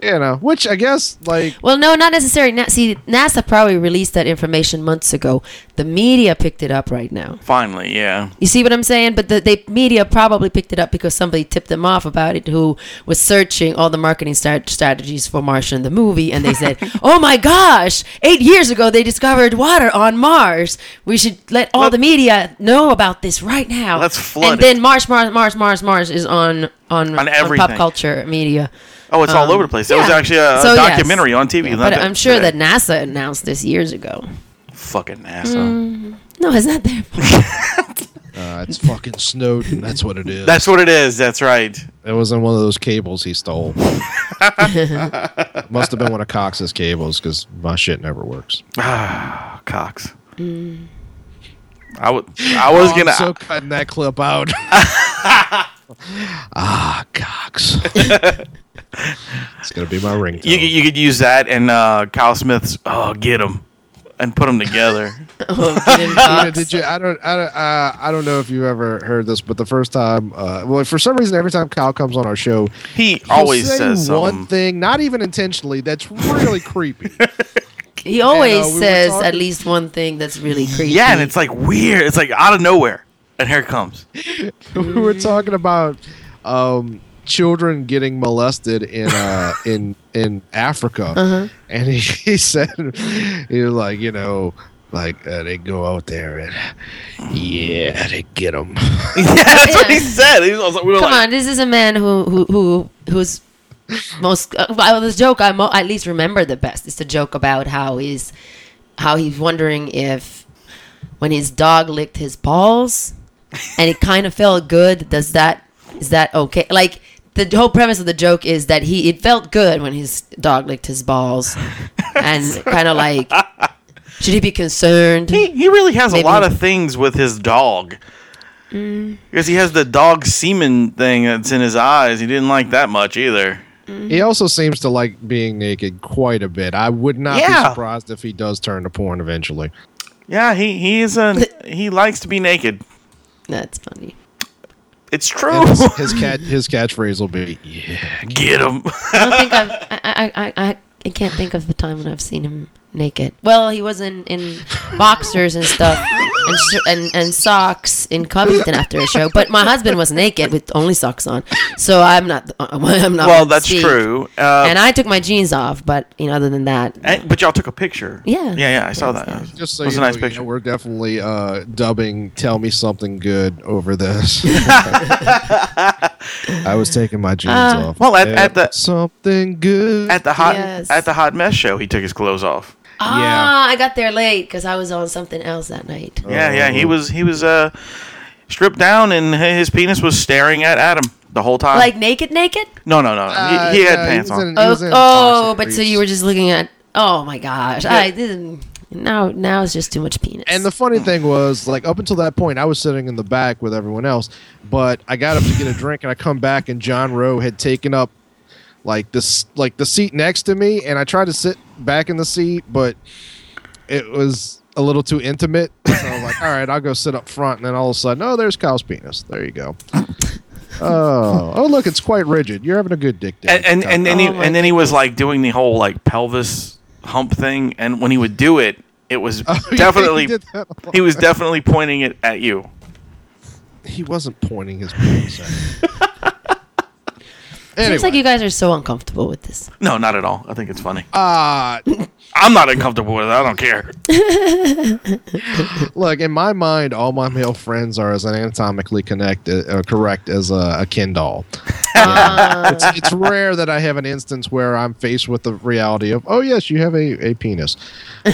you know, which I guess like Well, no, not necessarily. Na- See, NASA probably released that information months ago. The media picked it up right now. Finally, yeah. You see what I'm saying? But the they, media probably picked it up because somebody tipped them off about it who was searching all the marketing strat- strategies for Martian the movie. And they said, oh my gosh, eight years ago they discovered water on Mars. We should let all the media know about this right now. Let's flood And it. then Mars, Mars, Mars, Mars, Mars is on, on, on, everything. pop culture media. Oh, it's all Um, over the place. There was yeah. actually a, a So, yes. documentary on TV. Yeah, not but I'm sure today. that NASA announced this years ago. fucking NASA. No, it's not their fault. uh, it's fucking Snowden. That's what it is. That's what it is. That's right. it was on one of those cables he stole. Must have been one of Cox's cables because my shit never works. Ah, Cox. I would. I was Oh, gonna. I'm so cutting that clip out. ah, Cox. it's gonna be my ringtone. you, could- you could use that and uh, Kyle Smith's. Oh, get him, and put them together. Oh, get in, Tina, Cox. did you? I don't. I don't. Uh, I don't know if you've ever heard this, but the first time, uh, well, for some reason, every time Kyle comes on our show, he he'll always say says one something. thing, not even intentionally. That's really creepy. He uh, always we were says talking- at least one thing that's really creepy. yeah, and it's like weird. It's like out of nowhere, and here it comes. we were talking about um, children getting molested in uh, in in Africa, and he, he said he was like, you know, like uh, they go out there and yeah, they get them. yeah, that's what he Yeah. said. He was, I was like, we were Come like, on, this is a man who who who who's most uh, well, this joke I mo- at least remember the best. It's the joke about how he's how he's wondering if when his dog licked his balls and it kind of felt good. Does that is that okay? Like the whole premise of the joke is that he it felt good when his dog licked his balls and kind of like should he be concerned? He, he really has Maybe- a lot of things with his dog. Because he has the dog semen thing that's in his eyes. He didn't like that much either. He also seems to like being naked quite a bit. I would not Yeah. be surprised if he does turn to porn eventually. Yeah, he he is a he likes to be naked. That's funny. It's true. And his, his cat, his catchphrase will be, "Yeah, Get Um, him. I don't think I've, I, I, I, I, I can't think of the time when I've seen him naked. Well, he was in, in boxers and stuff and, sh- and and socks in Covington after a show. But my husband was naked with only socks on, so I'm not. uh, I'm not. well, that's Steve. true. Uh, And I took my jeans off, but you know, other than that, and- but y'all took a picture. Yeah. Yeah, yeah. I saw Yes, that. yes. just so it was you a nice know, picture. we're definitely uh, dubbing "Tell Me Something Good" over this." I was taking my jeans Uh, off. well, at- at Tell the- something good. at the hot Yes. at the hot mess show, he took his clothes off. ah, I got there late because I was on something else that night. Oh, Yeah, yeah. He was he was uh stripped down and hi- his penis was staring at Adam the whole time. Like naked, naked. no, no, no. Uh, he, he had no, pants was on. in- he Oh, was in oh boxer but so briefs. you were just looking at. Oh my gosh! I didn't. Now, now it's just too much penis. And the funny thing was, like up until that point, I was sitting in the back with everyone else. But I got up to get a drink, and I come back, and John Rowe had taken up like this, like the seat next to me, and I tried to sit back in the seat, but it was a little too intimate. So I was like, all right, I'll go sit up front, and then all of a sudden, oh, there's Kyle's penis. There you go. Oh, oh, look, it's quite rigid. You're having a good dick day. and and and then, Oh he, my and then he was like doing the whole like pelvis hump thing and when he would do it it was Oh, he definitely did that a lot. he was definitely pointing it at you he wasn't pointing his penis. At me. Anyway. Seems like you guys are so uncomfortable with this. no not at all i think it's funny uh, i'm not uncomfortable with it i don't care Look, in my mind, all my male friends are as anatomically connected, uh, correct as a, a Ken doll. Yeah. it's, it's rare that I have an instance where I'm faced with the reality of, oh yes, you have a, a penis.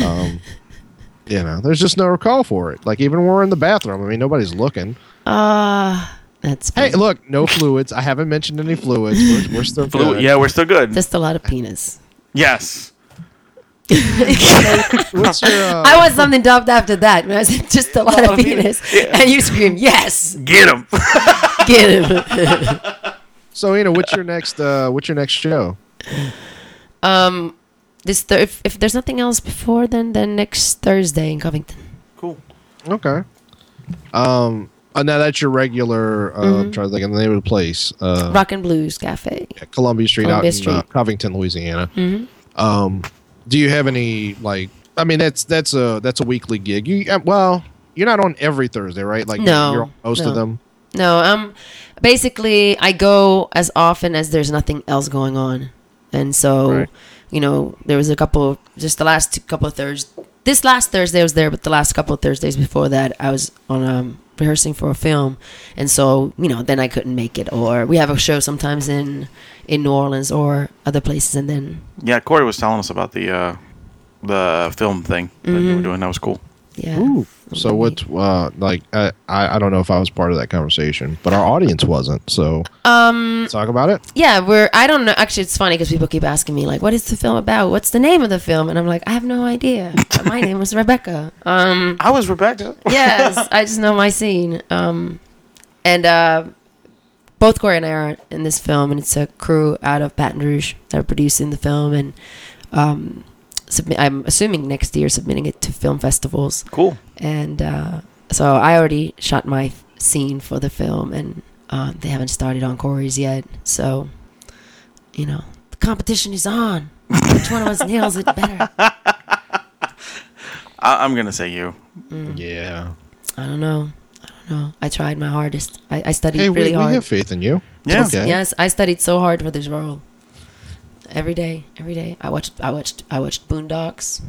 Um, you know, there's just no recall for it. Like even when we're in the bathroom, I mean, nobody's looking. Ah, that's Hey, funny. look, no fluids. I haven't mentioned any fluids. We're, we're still Blue- good. yeah we're still good just a lot of penis. yes What's your? Uh, I want something dubbed after that. When I said just a lot of penis, and you scream, "Yes, get him get him!" so, Ina, what's your next? Uh, what's your next show? um, this th- if, if there's nothing else before, then then next Thursday in Covington. cool Okay. Um, Uh, now that's your regular. Uh, Mm-hmm. I'm trying to think of the name of the place. Uh, Rock and Blues Cafe. Columbia Street Columbia out in uh, Street. Mm-hmm. Covington, Louisiana. Um, do you have any like? I mean, that's that's a that's a weekly gig. You uh, well, you're not on every Thursday, right? Like No, you're on most no. of them. No, um, basically, I go as often as there's nothing else going on, and so, Right. you know, there was a couple, just the last two, couple of Thursdays. This last Thursday I was there, but the last couple of Thursdays before that, I was on um rehearsing for a film, and so you know, then I couldn't make it. Or we have a show sometimes in in New Orleans or other places, and then Yeah, Corey was telling us about the uh, the film thing that you Mm-hmm. were doing. That was cool. yeah. So what? Uh, like I, I I don't know if I was part of that conversation, but our audience wasn't. So Mm. um, talk about it. Yeah, we're. I don't know. Actually, it's funny because people keep asking me like, "What is the film about? What's the name of the film?" And I'm like, "I have no idea. My name was Rebecca." Um, I was Rebecca. yes, I just know my scene. Um, and uh, both Corey and I are in this film, and it's a crew out of Baton Rouge that are producing the film, and um, submit, I'm assuming next year submitting it to film festivals. Cool. And uh, so I already shot my f- scene for the film, and uh, they haven't started on Corey's yet. So, you know, the competition is on. Which one of us nails it better? I- I'm gonna say you. Mm. Yeah. I don't know. I don't know. I tried my hardest. I, I studied Hey, we, really we hard. have eh? faith in you. Yeah. Okay. Yes, I studied so hard for this role. Every day, every day, I watched, I watched, I watched Boondocks.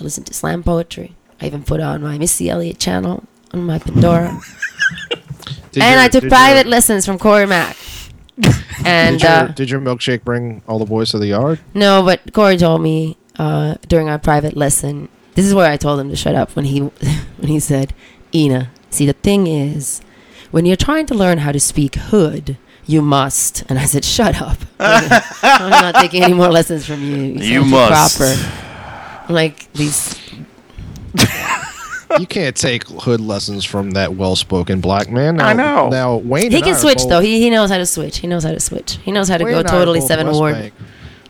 I listened to slam poetry. I even put on my Missy Elliott channel on my Pandora, Did and your- I took did private Your, lessons from Corey Mack. did, And your, uh, did your milkshake bring all the boys to the yard? no, but Corey told me uh, during our private lesson. This is where I told him to shut up when he when he said, "Ina, see the thing is, when you're trying to learn how to speak hood, you must." And I said, "Shut up! I'm not taking any more lessons from you. You, sound You too must. Proper. I'm like these. you can't take hood lessons from that well-spoken black man. Now, I know. Now Wayne. He and I can are switch both- though. He he knows how to switch. He knows how to switch. He knows how to Wayne go and I are totally both seven West ward, Bank.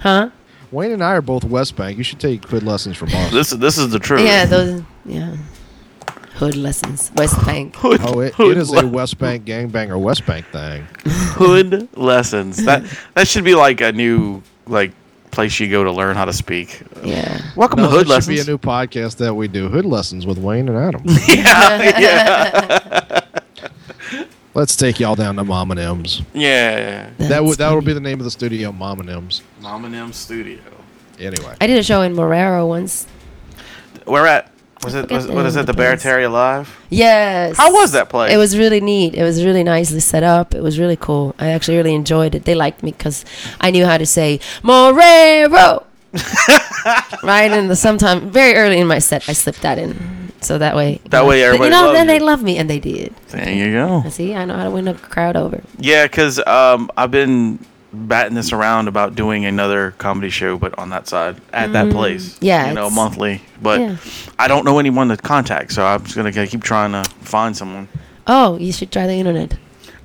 huh? Wayne and I are both West Bank. You should take hood lessons from us. This is this is the truth. Yeah, those. Yeah, hood lessons. West Bank. oh, it, Hood it is le- a West Bank gangbanger West Bank thing. hood lessons. That that should be like a new like place you go to learn how to speak. Yeah. Welcome No, to hood there should lessons. be a new podcast that we do hood lessons with Wayne and Adam. yeah, yeah, Let's take y'all down to Mom and M's. yeah. That would that would be the name of the studio, Mom and M's. Mom and M Studio. Anyway, I did a show in Morero once. Where at? Was it? forget Was, the what name is of it? The the place. Barataria Live. Yes. How was that place? It was really neat. It was really nicely set up. It was really cool. I actually really enjoyed it. They liked me because I knew how to say Morero. right in the sometime very early in my set, I slipped that in. So that way, That way everybody You know, loves then you. they love me, and they did. There you go. See, I know how to win a crowd over. Yeah, because um, I've been batting this around about doing another comedy show, but on that side at that place. Mm. Yeah, you know, it's- monthly. But yeah. I don't know anyone to contact, so I'm just gonna keep trying to find someone. Oh, you should try the internet.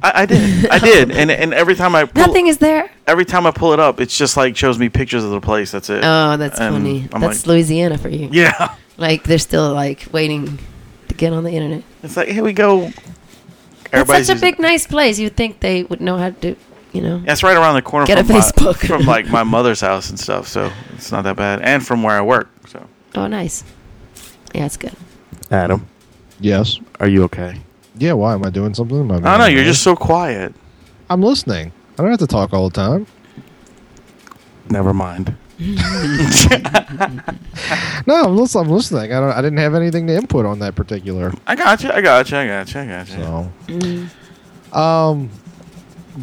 I, I did, I did, and and every time I pull, Nothing is there. every time I pull it up, it's just like shows me pictures of the place. That's it. Oh, that's And funny. I'm like, that's Louisiana for you. yeah. Like they're still like waiting to get on the internet. It's like here we go. It's such a using- big, nice place. You'd think they would know how to do, you know. That's right around the corner Get a from, my- Facebook. from like my mother's house and stuff, so it's not that bad, and from where I work. So Oh, nice. Yeah, it's good. Adam, yes, are you okay? yeah. Why am I doing something? Am I don't know. You're just so quiet. I'm listening. I don't have to talk all the time. Never mind. No, I'm, lis- I'm listening. I don't. I didn't have anything to input on that particular. I got you. I got you. I got you. I got you. So, Mm. um,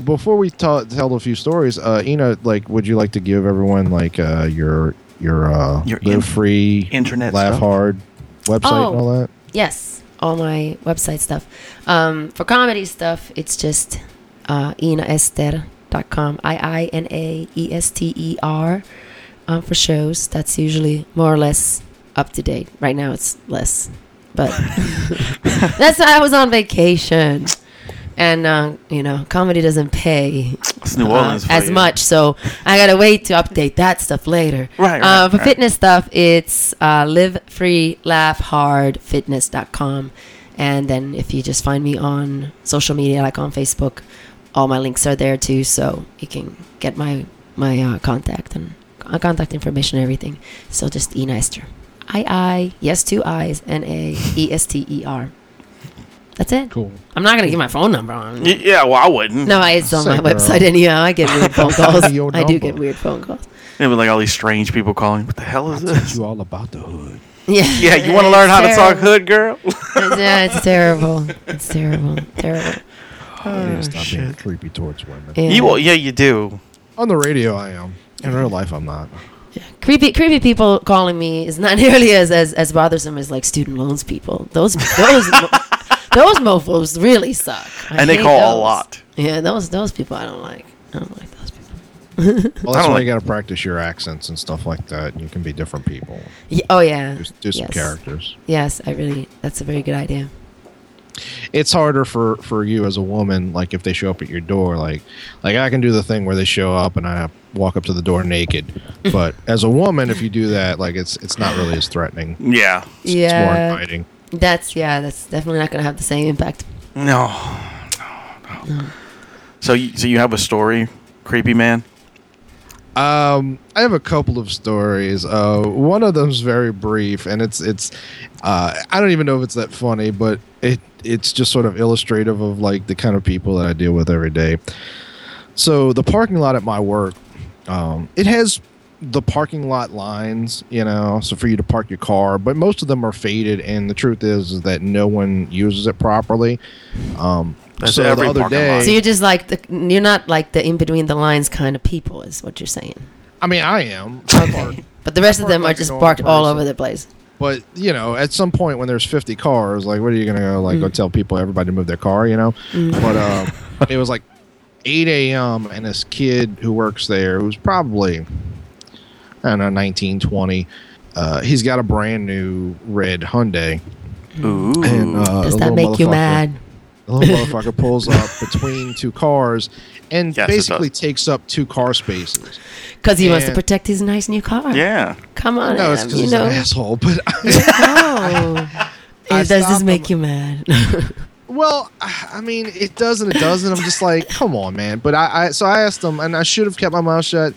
before we ta- tell a few stories, uh, Ina, like, would you like to give everyone like uh, your your uh, Your in- live free internet laugh stuff? hard website Oh. and all that? Yes, all my website stuff. Um, for comedy stuff, it's just uh, inaester.com. I I N A E S T E R. Um, for shows, that's usually more or less up to date. Right now, it's less, but that's I was on vacation, and uh, you know, comedy doesn't pay It's New uh, Orleans. for as you. much. So I gotta wait to update that stuff later. Right, uh, right, for right. fitness stuff, it's uh, livefreelaughhardfitness.com. And then if you just find me on social media, like on Facebook, all my links are there too, so you can get my my uh, contact and uh, contact information, and everything. So just E Neister. I I yes two I's N A E S T E R. That's it. Cool. I'm not gonna give my phone number on. Y- Yeah, well, I wouldn't. No, it's on my Say, girl. website anyhow. I get weird phone Tell me calls. your I do number. get weird phone calls. It was like all these strange people calling. What the hell is this? all about the hood. Yeah. Yeah, you want to learn how to talk hood, girl? yeah, it's terrible. It's terrible. Terrible. Oh, yeah, stop being creepy towards women. Yeah. You will. Yeah, you do. On the radio, I am. In real life, I'm not. creepy creepy people calling me is not nearly as as, as bothersome as like student loans people. Those those mo- those mofos really suck. I And they hate call a those. lot. Yeah, those those people I don't like. I don't like those people. Well, that's don't why like- you got to practice your accents and stuff like that. You can be different people. Ye- oh yeah. Just do some yes. characters. Yes, I really. That's a very good idea. It's harder for for you as a woman. Like if they show up at your door, like like I can do the thing where they show up and I walk up to the door naked. But as a woman, if you do that, like it's it's not really as threatening. Yeah. It's, it's more yeah. inviting. That's yeah. That's definitely not gonna have the same impact. No. No. no. So, you, so you have a story, creepy man? Um, I have a couple of stories. Uh, one of them's very brief, and it's it's. Uh, I don't even know if it's that funny, but it it's just sort of illustrative of like the kind of people that I deal with every day. So the parking lot at my work, um, it has the parking lot lines, you know, so for you to park your car, but most of them are faded, and the truth is, is that no one uses it properly. Um, That's so the every other parking lot. day, So you're just like the, you're not like the in between the lines kind of people is what you're saying. I mean, I am. I park But the rest of Park them are like a just normal parked all person. over the place. But you know, at some point when there's 50 cars, like what are you gonna go like go Mm-hmm. tell people everybody to move their car? You know. But um, it was like 8 a.m. and this kid who works there, who's probably I don't know 19, 20, uh, he's got a brand new red Hyundai. Ooh. And, uh, Does the that little make you motherfucker- mad? the little motherfucker pulls up between two cars and Yes, it does. basically takes up two car spaces. Because he wants to Yeah. protect his nice new car. yeah. Come on, No, it's Adam, because you he's know. an asshole. But No. I Does this stopped make him. you mad? Well, I I mean, it does and it doesn't. I'm just like, come on, man. But I, I so I asked him, and I should have kept my mouth shut.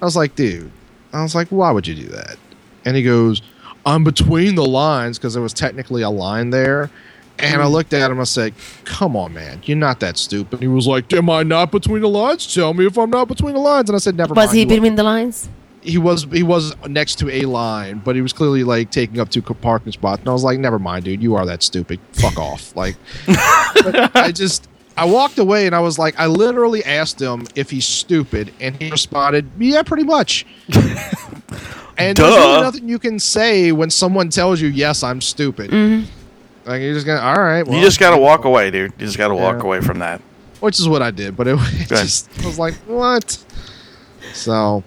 I was like, dude, I was like, why would you do that? And he goes, I'm between the lines because there was technically a line there. And I looked at him. I said, "Come on, man, you're not that stupid." He was like, "Am I not between the lines? Tell me if I'm not between the lines." And I said, "Never Was mind." he you are." between the lines? he was he was next to a line, but he was clearly like taking up two co- parking spots. And I was like, never mind, dude, you are that stupid. Fuck off. Like, but I just I walked away and I was like, I literally asked him if he's stupid, and he responded, yeah, pretty much. and Duh. there's really nothing you can say when someone tells you, yes, I'm stupid. Like you're just gonna, all right. Mm-hmm. Well, you just got to walk away, dude. You just got to walk Yeah. away from that. which is what I did, but it, Right. it just I was like, what? So,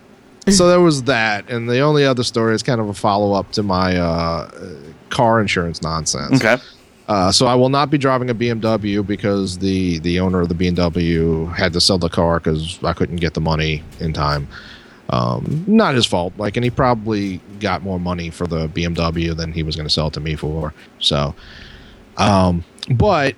so there was that, and the only other story is kind of a follow up to my uh, uh, car insurance nonsense. Okay. Uh, so I will not be driving a BMW because the the owner of the BMW had to sell the car because I couldn't get the money in time. Um, not his fault. Like, and he probably got more money for the BMW than he was going to sell it to me for. So, um, but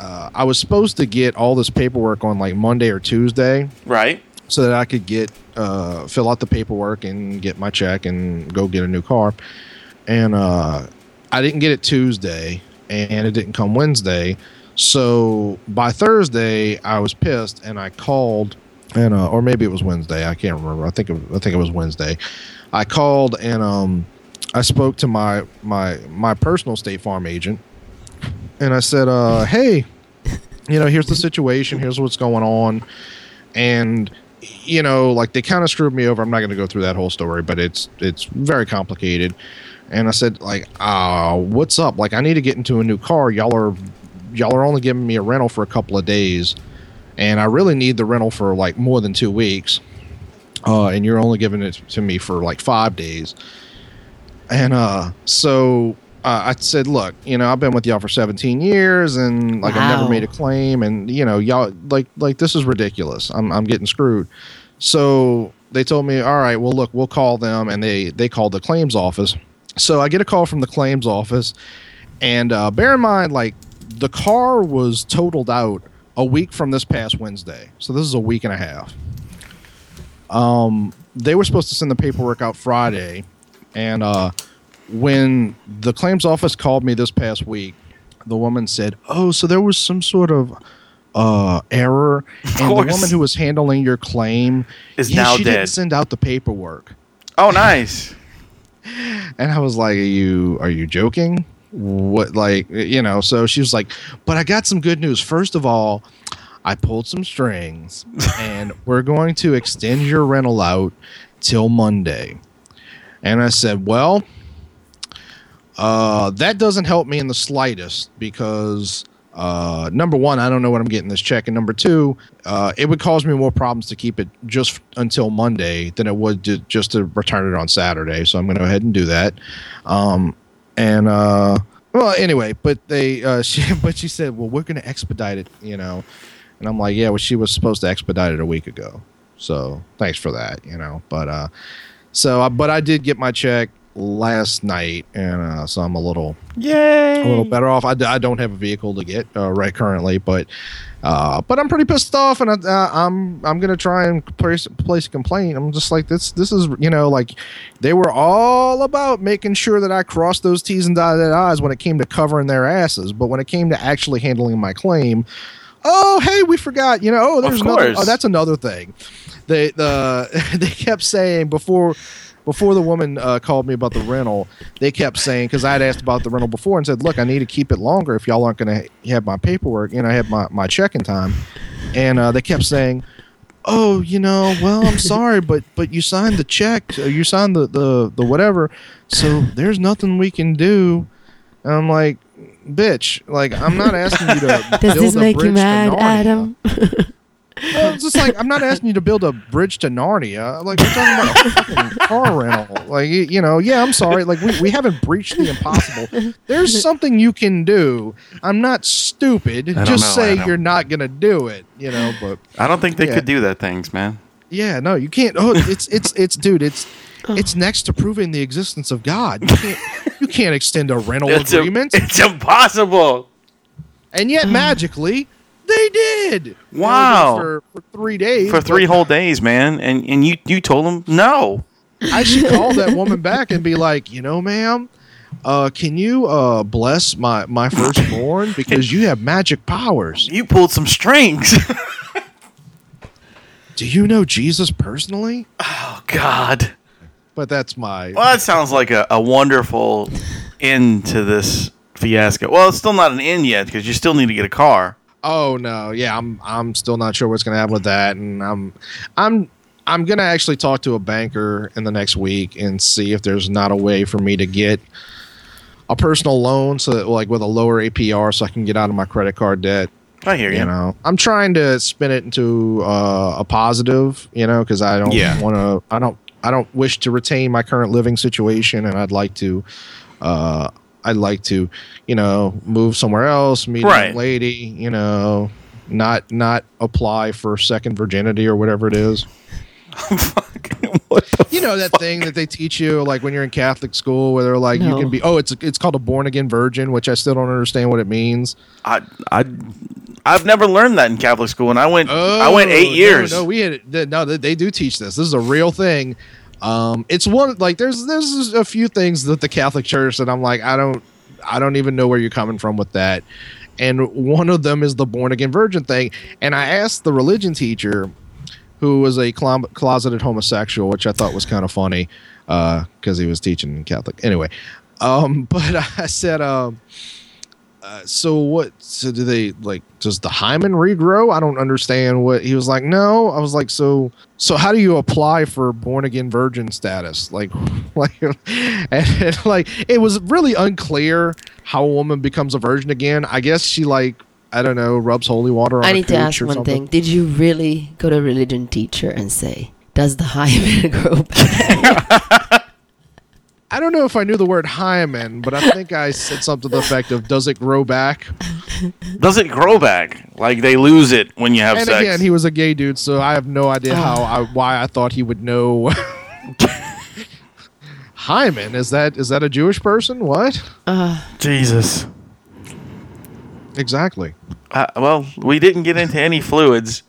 uh, I was supposed to get all this paperwork on like Monday or Tuesday Right. so that I could get uh, fill out the paperwork and get my check and go get a new car. And uh, I didn't get it Tuesday, and it didn't come Wednesday. So by Thursday, I was pissed, and I called, and uh, or maybe it was Wednesday. I can't remember. I think it, I think it was Wednesday. I called and um, I spoke to my my my personal State Farm agent, and I said, uh, "Hey, you know, here's the situation. Here's what's going on." and you know like they kind of screwed me over i'm not going to go through that whole story but it's it's very complicated and i said like uh what's up like i need to get into a new car y'all are y'all are only giving me a rental for a couple of days and i really need the rental for like more than two weeks uh and you're only giving it to me for like five days and uh so uh, I said, look, you know, I've been with y'all for 17 years, and like I've Wow. never made a claim, and you know, y'all like like this is ridiculous. I'm I'm getting screwed. So they told me, all right, well, look, we'll call them, and they they called the claims office. So I get a call from the claims office, And uh, bear in mind, like the car was totaled out a week from this past Wednesday, so this is a week and a half. Um, they were supposed to send the paperwork out Friday, and uh, when the claims office called me this past week, the woman said, "Oh, so there was some sort of." Uh, error, and the course. woman who was handling your claim Is now she dead." Didn't send out the paperwork. Oh, nice. And I was like, "Are you are you joking? What like you know?" So she was like, "But I got some good news. First of all, I pulled some strings, and we're going to extend your rental out till Monday." And I said, "Well, uh, that doesn't help me in the slightest because." Uh, number one, I don't know what I'm getting this check, and number two, uh, it would cause me more problems to keep it just until Monday than it would to, just to return it on Saturday. So I'm going to go ahead and do that. Um, and uh, well, anyway, but they, uh, she, but she said, well, we're going to expedite it, you know, and I'm like, yeah, well, she was supposed to expedite it a week ago. So thanks for that, you know, but uh, so I, but I did get my check last night, and uh, so I'm a little a little better off. I, d- I don't have a vehicle to get uh, right currently, but uh, but I'm pretty pissed off, and I, uh, I'm I'm gonna try and place, place a complaint. I'm just like this. This is you know like they were all about making sure that I crossed those T's and dotted I's when it came to covering their asses, but when it came to actually handling my claim, oh hey, we forgot. You know, oh there's another. course. Oh, that's another thing. They the they kept saying before before the woman uh, called me about the rental, they kept saying because I had asked about the rental before and said, "Look, I need to keep it longer if y'all aren't going to have my paperwork and I have my my check in time," and uh, they kept saying. Oh, you know, well, I'm sorry, but but you signed the check, or you signed the, the the whatever, so there's nothing we can do. And I'm like, bitch, like I'm not asking you to. Does build this a make you bridge to mad, Narnia. Adam? Well, it's just like I'm not asking you to build a bridge to Narnia. Like we're talking about a fucking car rental. Like you, you know, yeah, I'm sorry. Like we, we haven't breached the impossible. There's something you can do. I'm not stupid. don't Just know, say Adam. you're not gonna do it. You know, but I don't think they Yeah. could do that things, man. yeah, no, you can't. Oh, it's it's it's dude, it's it's next to proving the existence of God. You can't you can't extend a rental It's, im- agreement, it's impossible. and yet magically they did. They only did Wow. for, for three days For but- three whole days, man. And and you you told them no. I should call that woman back and be like, you know, ma'am, uh, can you uh, bless my my firstborn because you have magic powers? You pulled some strings. Do you know Jesus personally? oh God. But that's my Well, that sounds like a, a wonderful end to this fiasco. Well, it's still not an end yet because you still need to get a car. oh no, yeah, I'm I'm still not sure what's gonna happen with that, and I'm I'm. I'm gonna actually talk to a banker in the next week and see if there's not a way for me to get a personal loan, so that, like with a lower APR, so I can get out of my credit card debt. I hear you. you know i'm trying to spin it into uh, a positive you know because i don't Yeah. want to i don't i don't wish to retain my current living situation and i'd like to uh i'd like to you know move somewhere else meet a Right. young lady you know not not apply for second virginity or whatever it is Fucking what the you know that thing that they teach you like when you're in catholic school where they're like No. you can be oh it's it's called a born again virgin which i still don't understand what it means I I I've never learned that in Catholic school, and I went I went Oh, eight no, years. No, we had th- no. They, they do teach this. This is a real thing. Um, it's one like there's there's a few things that the Catholic Church that I'm like I don't I don't even know where you're coming from with that. And one of them is the born again virgin thing. And I asked the religion teacher, who was a clom- closeted homosexual, which I thought was kind of funny because he was teaching Catholic. Anyway, um, but I said, um, uh, so what? So do they like? Does the hymen regrow? I don't understand what he was like. No, I was like, so so how do you apply for born again virgin status? Like, like, and, and, like it was really unclear how a woman becomes a virgin again. I guess she like. I don't know. Rubs holy water on. I her need to cooch ask or one something. thing. Did you really go to a religion teacher and say, does the hymen grow back? I don't know if I knew the word hymen, but I think I said something to the effect of "Does it grow back?" Does it grow back? Like they lose it when you have And sex? again, he was a gay dude, Oh. so I have no idea how I why I thought he would know Hyman is that is that a Jewish person? What Jesus. exactly? Uh, well, we didn't get into any fluids,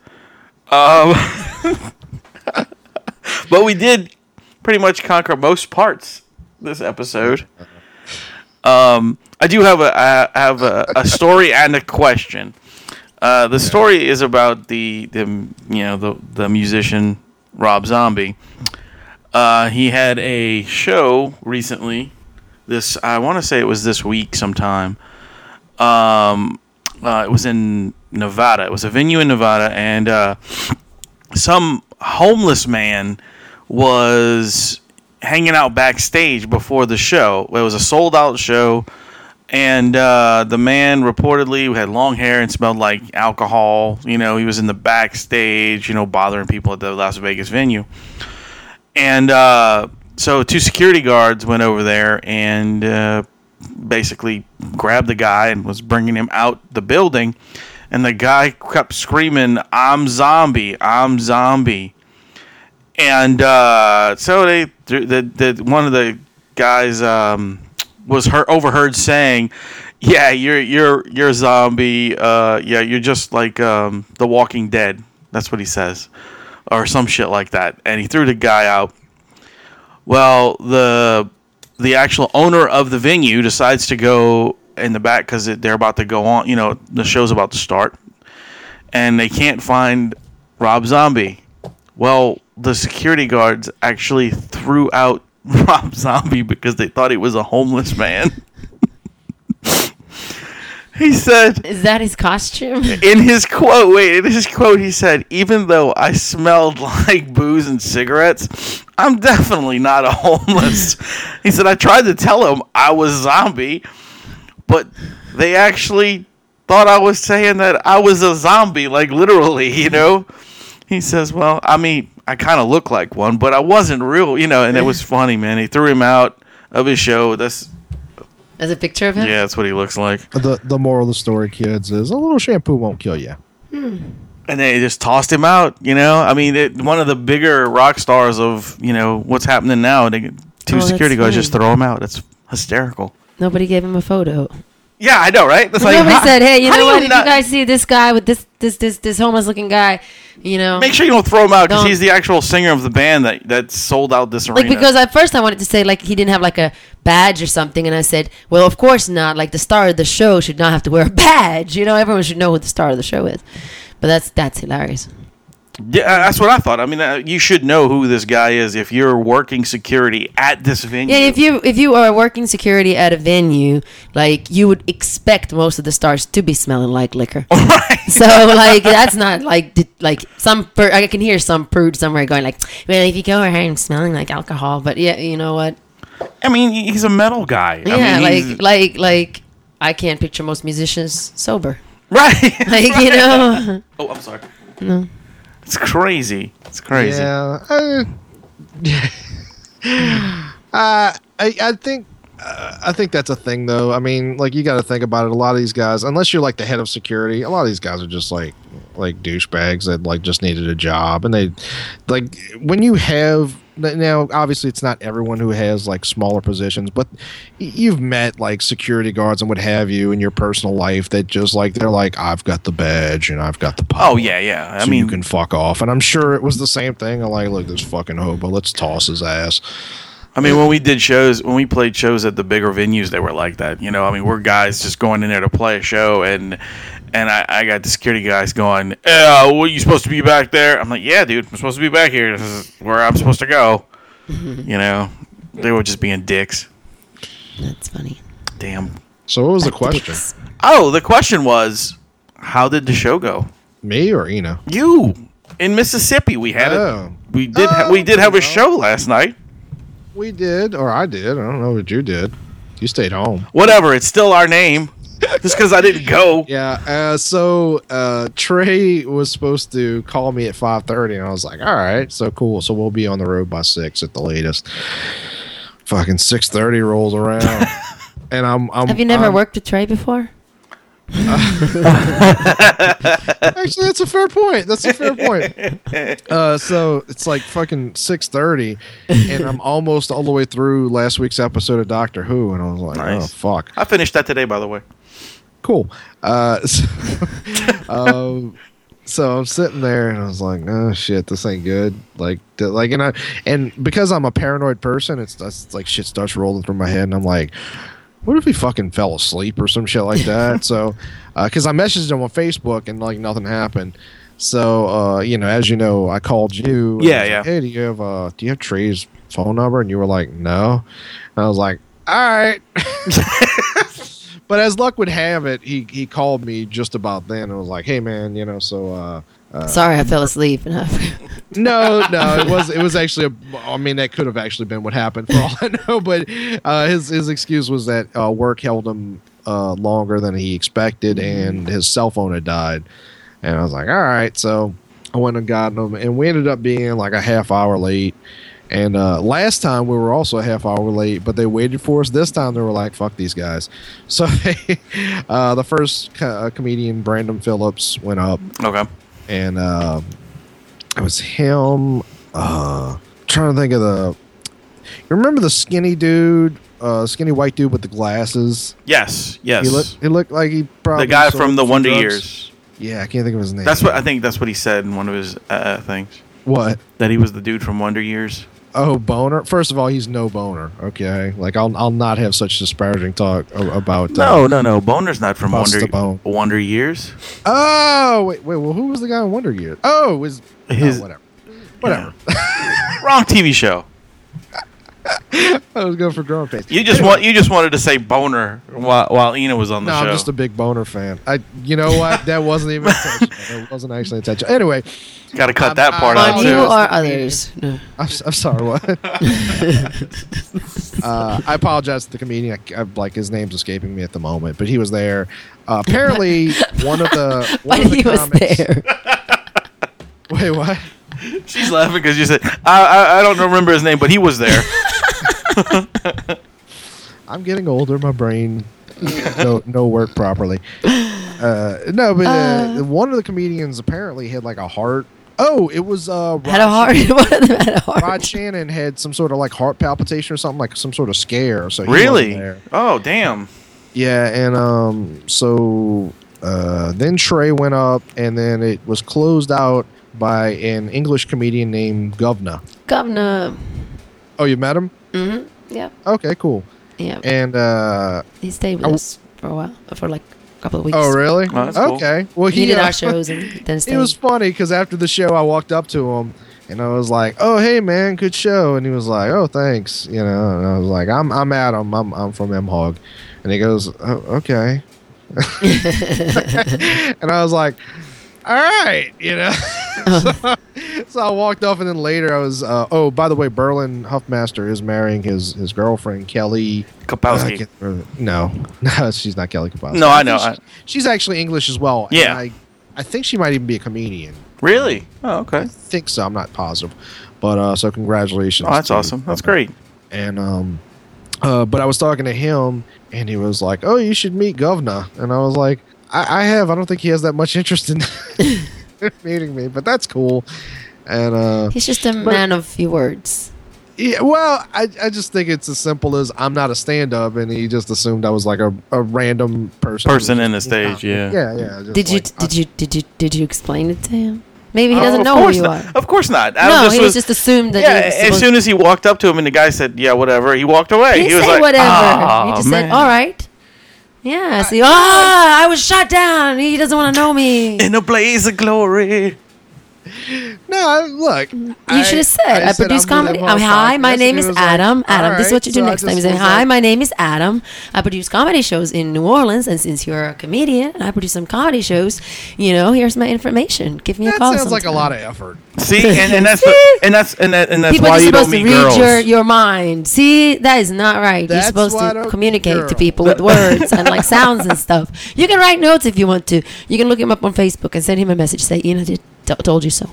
um, but we did pretty much conquer most parts this episode. Um, I do have a I have a, a story and a question. Uh, the story is about the the you know the the musician Rob Zombie. Uh, he had a show recently. This I want to say it was this week sometime. Um, uh, it was in Nevada. It was a venue in Nevada, and uh, some homeless man was hanging out backstage before the show. It was a sold out show, and uh, the man reportedly had long hair and smelled like alcohol. You know, he was in the backstage, you know, bothering people at the Las Vegas venue. And uh, so two security guards went over there and uh, basically grabbed the guy and was bringing him out the building. And the guy kept screaming, I'm zombie, I'm zombie. And uh, so they, the, the, one of the guys um, was her, overheard saying, yeah, you're you're you're a zombie. Uh, yeah, you're just like um, The Walking Dead. That's what he says, or some shit like that. And he threw the guy out. Well, the the actual owner of the venue decides to go in the back because they're about to go on. You know, the show's about to start, and they can't find Rob Zombie. Well, the security guards actually threw out Rob Zombie because they thought he was a homeless man. he said, Is that his costume? in his quote, wait, in his quote, he said, "Even though I smelled like booze and cigarettes, I'm definitely not a homeless." he said, "I tried to tell him I was zombie, but they actually thought I was saying that I was a zombie, like literally, you know." He says, "Well, I mean, I kind of look like one, but I wasn't real, you know." And it was funny, man. He threw him out of his show. That's As a picture of him? yeah, that's what he looks like. The the moral of the story, kids, is a little shampoo won't kill you. and they just tossed him out. You know, I mean, it, one of the bigger rock stars of you know what's happening now. They, two Oh, that's security guards just funny. throw him out. That's hysterical. Nobody gave him a photo. Yeah, I know, right? That's Nobody how- said, "Hey, you how know do what? if not- you guys see this guy with this this this this homeless looking guy, you know." make sure you don't throw him out because Don't. he's the actual singer of the band that that sold out this arena. like because at first I wanted to say like he didn't have like a badge or something, and I said, "Well, of course not. Like the star of the show should not have to wear a badge. You know, everyone should know who the star of the show is." But that's that's hilarious. yeah, uh, that's what I thought. I mean, uh, you should know who this guy is if you're working security at this venue. Yeah, if you if you are working security at a venue, like you would expect most of the stars to be smelling like liquor. So like that's not like di- like some per- I can hear some prude somewhere going like, well, if you go over here and smelling like alcohol, but yeah, you know what? I mean, he's a metal guy. I yeah, mean, he's- like like like I can't picture most musicians sober. right? Like you know, Oh, I'm sorry. No, it's crazy. It's crazy. Yeah. I, uh, I, I think. Uh, I think that's a thing, though. I mean, like you got to think about it. A lot of these guys, unless you're like the head of security, a lot of these guys are just like like douchebags that like just needed a job, and they like when you have now. Obviously, it's not everyone who has like smaller positions, but y- you've met like security guards and what have you in your personal life that just like they're like, I've got the badge and I've got the. Power Oh yeah, yeah. I so mean, you can fuck off. And I'm sure it was the same thing. I'm like, look, this fucking hobo, let's toss his ass. I mean, when we did shows, when we played shows at the bigger venues, they were like that. You know, I mean, we're guys just going in there to play a show, and and I, I got the security guys going, "Yeah, well, you supposed to be back there?" I'm like, "Yeah, dude, I'm supposed to be back here. This is where I'm supposed to go." you know, they were just being dicks. that's funny. Damn. So what was the question? Dicks. Oh, the question was, how did the show go? Me or Eno? You in Mississippi? We had Oh. a we did ha- we did have a show last night. We did, or I did. I don't know what you did. You stayed home. Whatever. It's still our name. Just because I didn't go. Yeah. Uh, so uh, Trey was supposed to call me at five thirty, and I was like, "All right, so cool. So we'll be on the road by six at the latest." Fucking six thirty rolls around, and I'm. I'm Have you never I'm- worked with Trey before? Actually, that's a fair point. That's a fair point. Uh, so it's like fucking six thirty, and I'm almost all the way through last week's episode of Doctor Who, and I was like, Nice. oh fuck, I finished that today, by the way. cool. Uh, so, um, so I'm sitting there, and I was like, oh shit, this ain't good. Like, th- like, and I, and because I'm a paranoid person, it's that's like shit starts rolling through my head, and I'm like. What if he fucking fell asleep or some shit like that? so, because I messaged him on Facebook and like nothing happened. So, uh, you know, as you know, I called you. and I Yeah, was like, yeah. hey, do you have uh, do you have Trey's phone number? And you were like, no. And I was like, all right. but as luck would have it, he he called me just about then and was like, hey man, you know, so. Uh, Sorry, I fell asleep. And I, no, no, it was it was actually. A, I mean, that could have actually been what happened for all I know. But uh, his his excuse was that uh, work held him uh, longer than he expected, and his cell phone had died. And I was like, all right, so I went and got him, and we ended up being like a half hour late. And uh, last time we were also a half hour late, but they waited for us. This time they were like, "Fuck these guys." So uh, the first co- uh, comedian, Brandon Phillips, went up Okay. and uh, it was him. Uh, trying to think of the. You remember the skinny dude, uh, skinny white dude with the glasses? Yes. Yes. He looked. He looked like he probably the guy sold from the some Wonder drugs. Years. Yeah, I can't think of his name. That's what I think. That's what he said in one of his uh, things. What? That he was the dude from Wonder Years. Oh, boner. First of all, he's no boner. Okay, like I'll I'll not have such disparaging talk a- about. No, uh, no, no. Boner's not from Bust Wonder the bone. Wonder Years. Oh wait, wait. Well, who was the guy in Wonder Years? Oh, it was His- oh, whatever. Whatever. Wrong TV show. I was going for drum face. You just want you just wanted to say boner while while Ina was on the No, show. I'm just a big boner fan. I, you know what? That wasn't even intentional. That wasn't actually intentional. Anyway, Got to cut I'm- that I'm- part I'm out on Well, you too. serious. or others. No. I'm, s- I'm sorry. What? uh, I apologize to the comedian. I, I, like his name's escaping me at the moment, but he was there. Uh, apparently, one of the one But of the he was comics- there. Wait, what? She's laughing because you said I, I I don't remember his name, but he was there. I'm getting older. My brain no no work properly. Uh, no, but uh, one of the comedians apparently had like a heart. Oh, it was uh, Had a Rod heart. One of them had a heart. Rod Shannon had some sort of like heart palpitation or something, like some sort of scare. So he wasn't really? there. Oh damn! yeah. And um, so uh, then Trey went up, and then it was closed out by an English comedian named Govna. Governor. Oh, you met him? Mm-hmm. Yep. Okay, cool. Yep. And uh, He stayed with I w- us for a while, for like a couple of weeks. oh, really? Oh, that's cool. okay. Well, He did uh, our shows and then stayed. It was funny because after the show, I walked up to him and I was like, "Oh, hey, man, good show." And he was like, "Oh, thanks," you know. And I was like, "I'm I'm Adam. I'm I'm from M Hog," and he goes, "Oh, okay," and I was like. All right, you know. so, so I walked off, and then later I was. Uh, oh, by the way, Berlin Huffmaster is marrying his his girlfriend Kelly. uh, I Kapowski. can't remember- no, no, she's not Kelly Kapowski. No, I know. think I- she- she's actually English as well. and Yeah. I, I think she might even be a comedian. Really? Oh okay. I think so. I'm not positive, but uh, so congratulations. Oh, that's to- awesome. That's great. And um, uh, but I was talking to him, and he was like, "Oh, you should meet Govna," and I was like, "I, I have. I don't think he has that much interest in meeting me, but that's cool." And uh, He's just a man of few words. yeah, well, I, I just think it's as simple as I'm not a stand up, and he just assumed I was like a, a random person. Person in the stage. Yeah. Yeah, yeah. just Did you like, did you did you did you explain it to him? Maybe he Oh, doesn't of know who course you not. are. Of course not. Adam No, he was- was just assumed that. yeah, he was as supposed- soon as he walked up to him and the guy said, "Yeah, whatever," he walked away. he, He, didn't was say like, whatever. "Ah, he just man. said, "All right." Yeah. So, ah, I was shot down. He doesn't want to know me. In a blaze of glory. No, I- look. You You should have said, I, produce comedy. I'm, hi, my name is Adam. Adam, this is what you do next time. You say, Hi, my name is Adam. I produce comedy shows in New Orleans. And since you're a comedian and I produce some comedy shows, you know, here's my information. Give me a That call. sounds like a sometime." lot of effort. See, and, and that's the, and that's and that, and that's People why are you don't supposed to meet read girls. your, your mind. See, that is not right. That's You're supposed why I don't to communicate girl. to people with words and like sounds and stuff. You can write notes if you want to. You can look him up on Facebook and send him a message. Say, Ina did, t- told you so.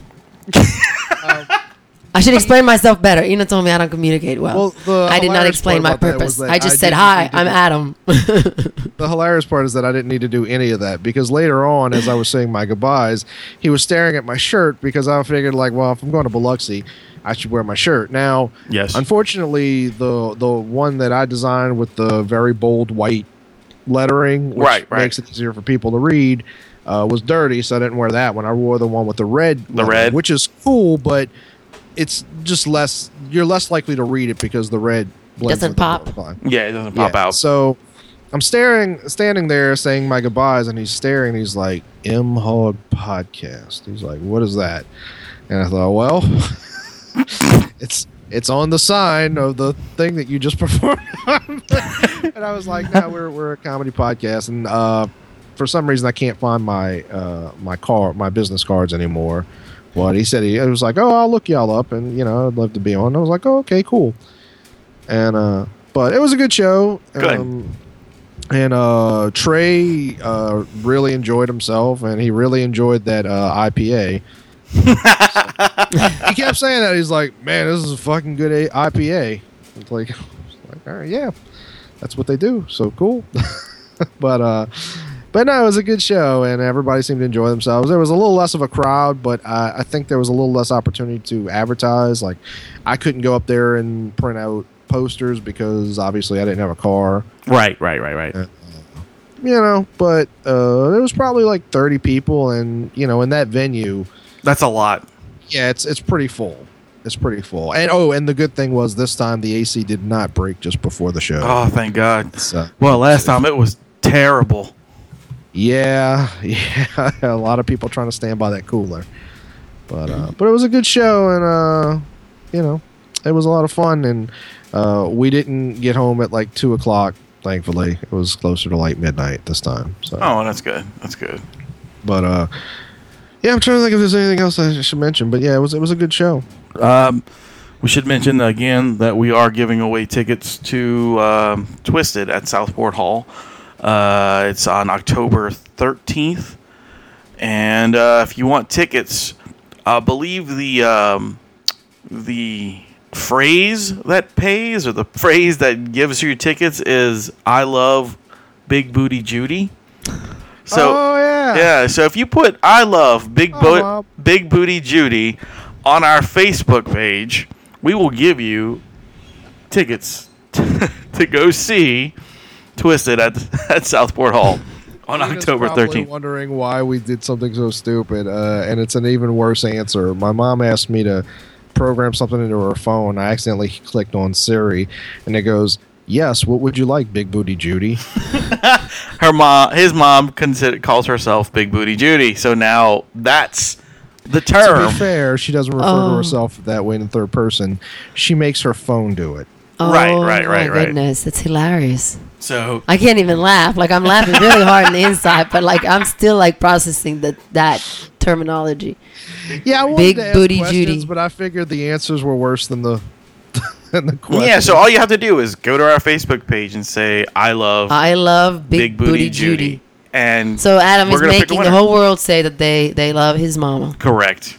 I should explain myself better. Ina told me I don't communicate well. Well, the I did not hilarious explain part my about that was purpose. that I just I said, didn't- "Hi, you I'm Adam." The hilarious part is that I didn't need to do any of that because later on, as I was saying my goodbyes, he was staring at my shirt because I figured, like, well, if I'm going to Biloxi, I should wear my shirt. Now, Yes. unfortunately, the the one that I designed with the very bold white lettering, which Right, right. makes it easier for people to read, uh, was dirty, so I didn't wear that one. I wore the one with the red, lettering, red. which is cool, but it's just less. You're less likely to read it because the red blends Doesn't with the pop. blue line. Yeah, it doesn't pop Yeah, out. So I'm staring, standing there saying my goodbyes, and he's staring. He's like, M Hog Podcast. He's like, what is that? And I thought, well, it's it's on the sign of the thing that you just performed. on." and I was like, no, we're, we're a comedy podcast. And uh, for some reason, I can't find my uh, my car, my business cards anymore. But he said he it was like, oh, I'll look y'all up, and you know, I'd love to be on. I was like, oh, okay, cool. And uh, but it was a good show. Um, Good. and uh, Trey uh, really enjoyed himself, and he really enjoyed that uh, IPA. he kept saying that he's like, man, this is a fucking good A- IPA. It's like, it's like, all right, yeah, that's what they do. So cool. but uh, but no, it was a good show, and everybody seemed to enjoy themselves. There was a little less of a crowd, but uh, I think there was a little less opportunity to advertise. Like, I couldn't go up there and print out posters because obviously I didn't have a car Right, right, right, right. you know but uh there was probably like 30 people and you know in that venue That's a lot. yeah it's it's pretty full it's pretty full and oh and the good thing was this time the ac did not break just before the show Oh, thank God. So- Well, last time it was terrible. yeah yeah a lot of people trying to stand by that cooler but uh but it was a good show and uh you know it was a lot of fun and uh we didn't get home at like two o'clock thankfully it was closer to like midnight this time so Oh, that's good. That's good. But uh, yeah, I'm trying to think if there's anything else I should mention. But yeah, it was it was a good show. Um, we should mention again that we are giving away tickets to um, Twisted at Southport Hall. Uh, it's on October 13th. And uh, if you want tickets, I believe the um, the phrase that pays or the phrase that gives you your tickets is "I love Big Booty Judy." So oh yeah, yeah, so if you put I love Big Bo- Oh, wow. Big Booty Judy on our Facebook page, we will give you tickets to go see Twisted at, at Southport Hall on Ian is October probably 13th. Wondering why we did something so stupid, uh, and it's an even worse answer. My mom asked me to program something into her phone. I accidentally clicked on Siri, and it goes. Yes, what would you like, Big Booty Judy? Her mom, his mom consider, calls herself Big Booty Judy, so now that's the to term. be fair, she doesn't refer to Oh. herself that way in third person. She makes her phone do it. Right, Oh, right, right, my right. Goodness, it's hilarious. So I can't even laugh. Like I'm laughing really hard on the inside, but like I'm still like processing that that terminology. Yeah, I wanted Big to ask Booty questions, Judy. but I figured the answers were worse than the than the question. yeah, so all you have to do is go to our Facebook page and say I love I love Big Big, Booty, Judy. and So Adam we're is gonna pick a making the winner. whole world say that they they love his mama. correct.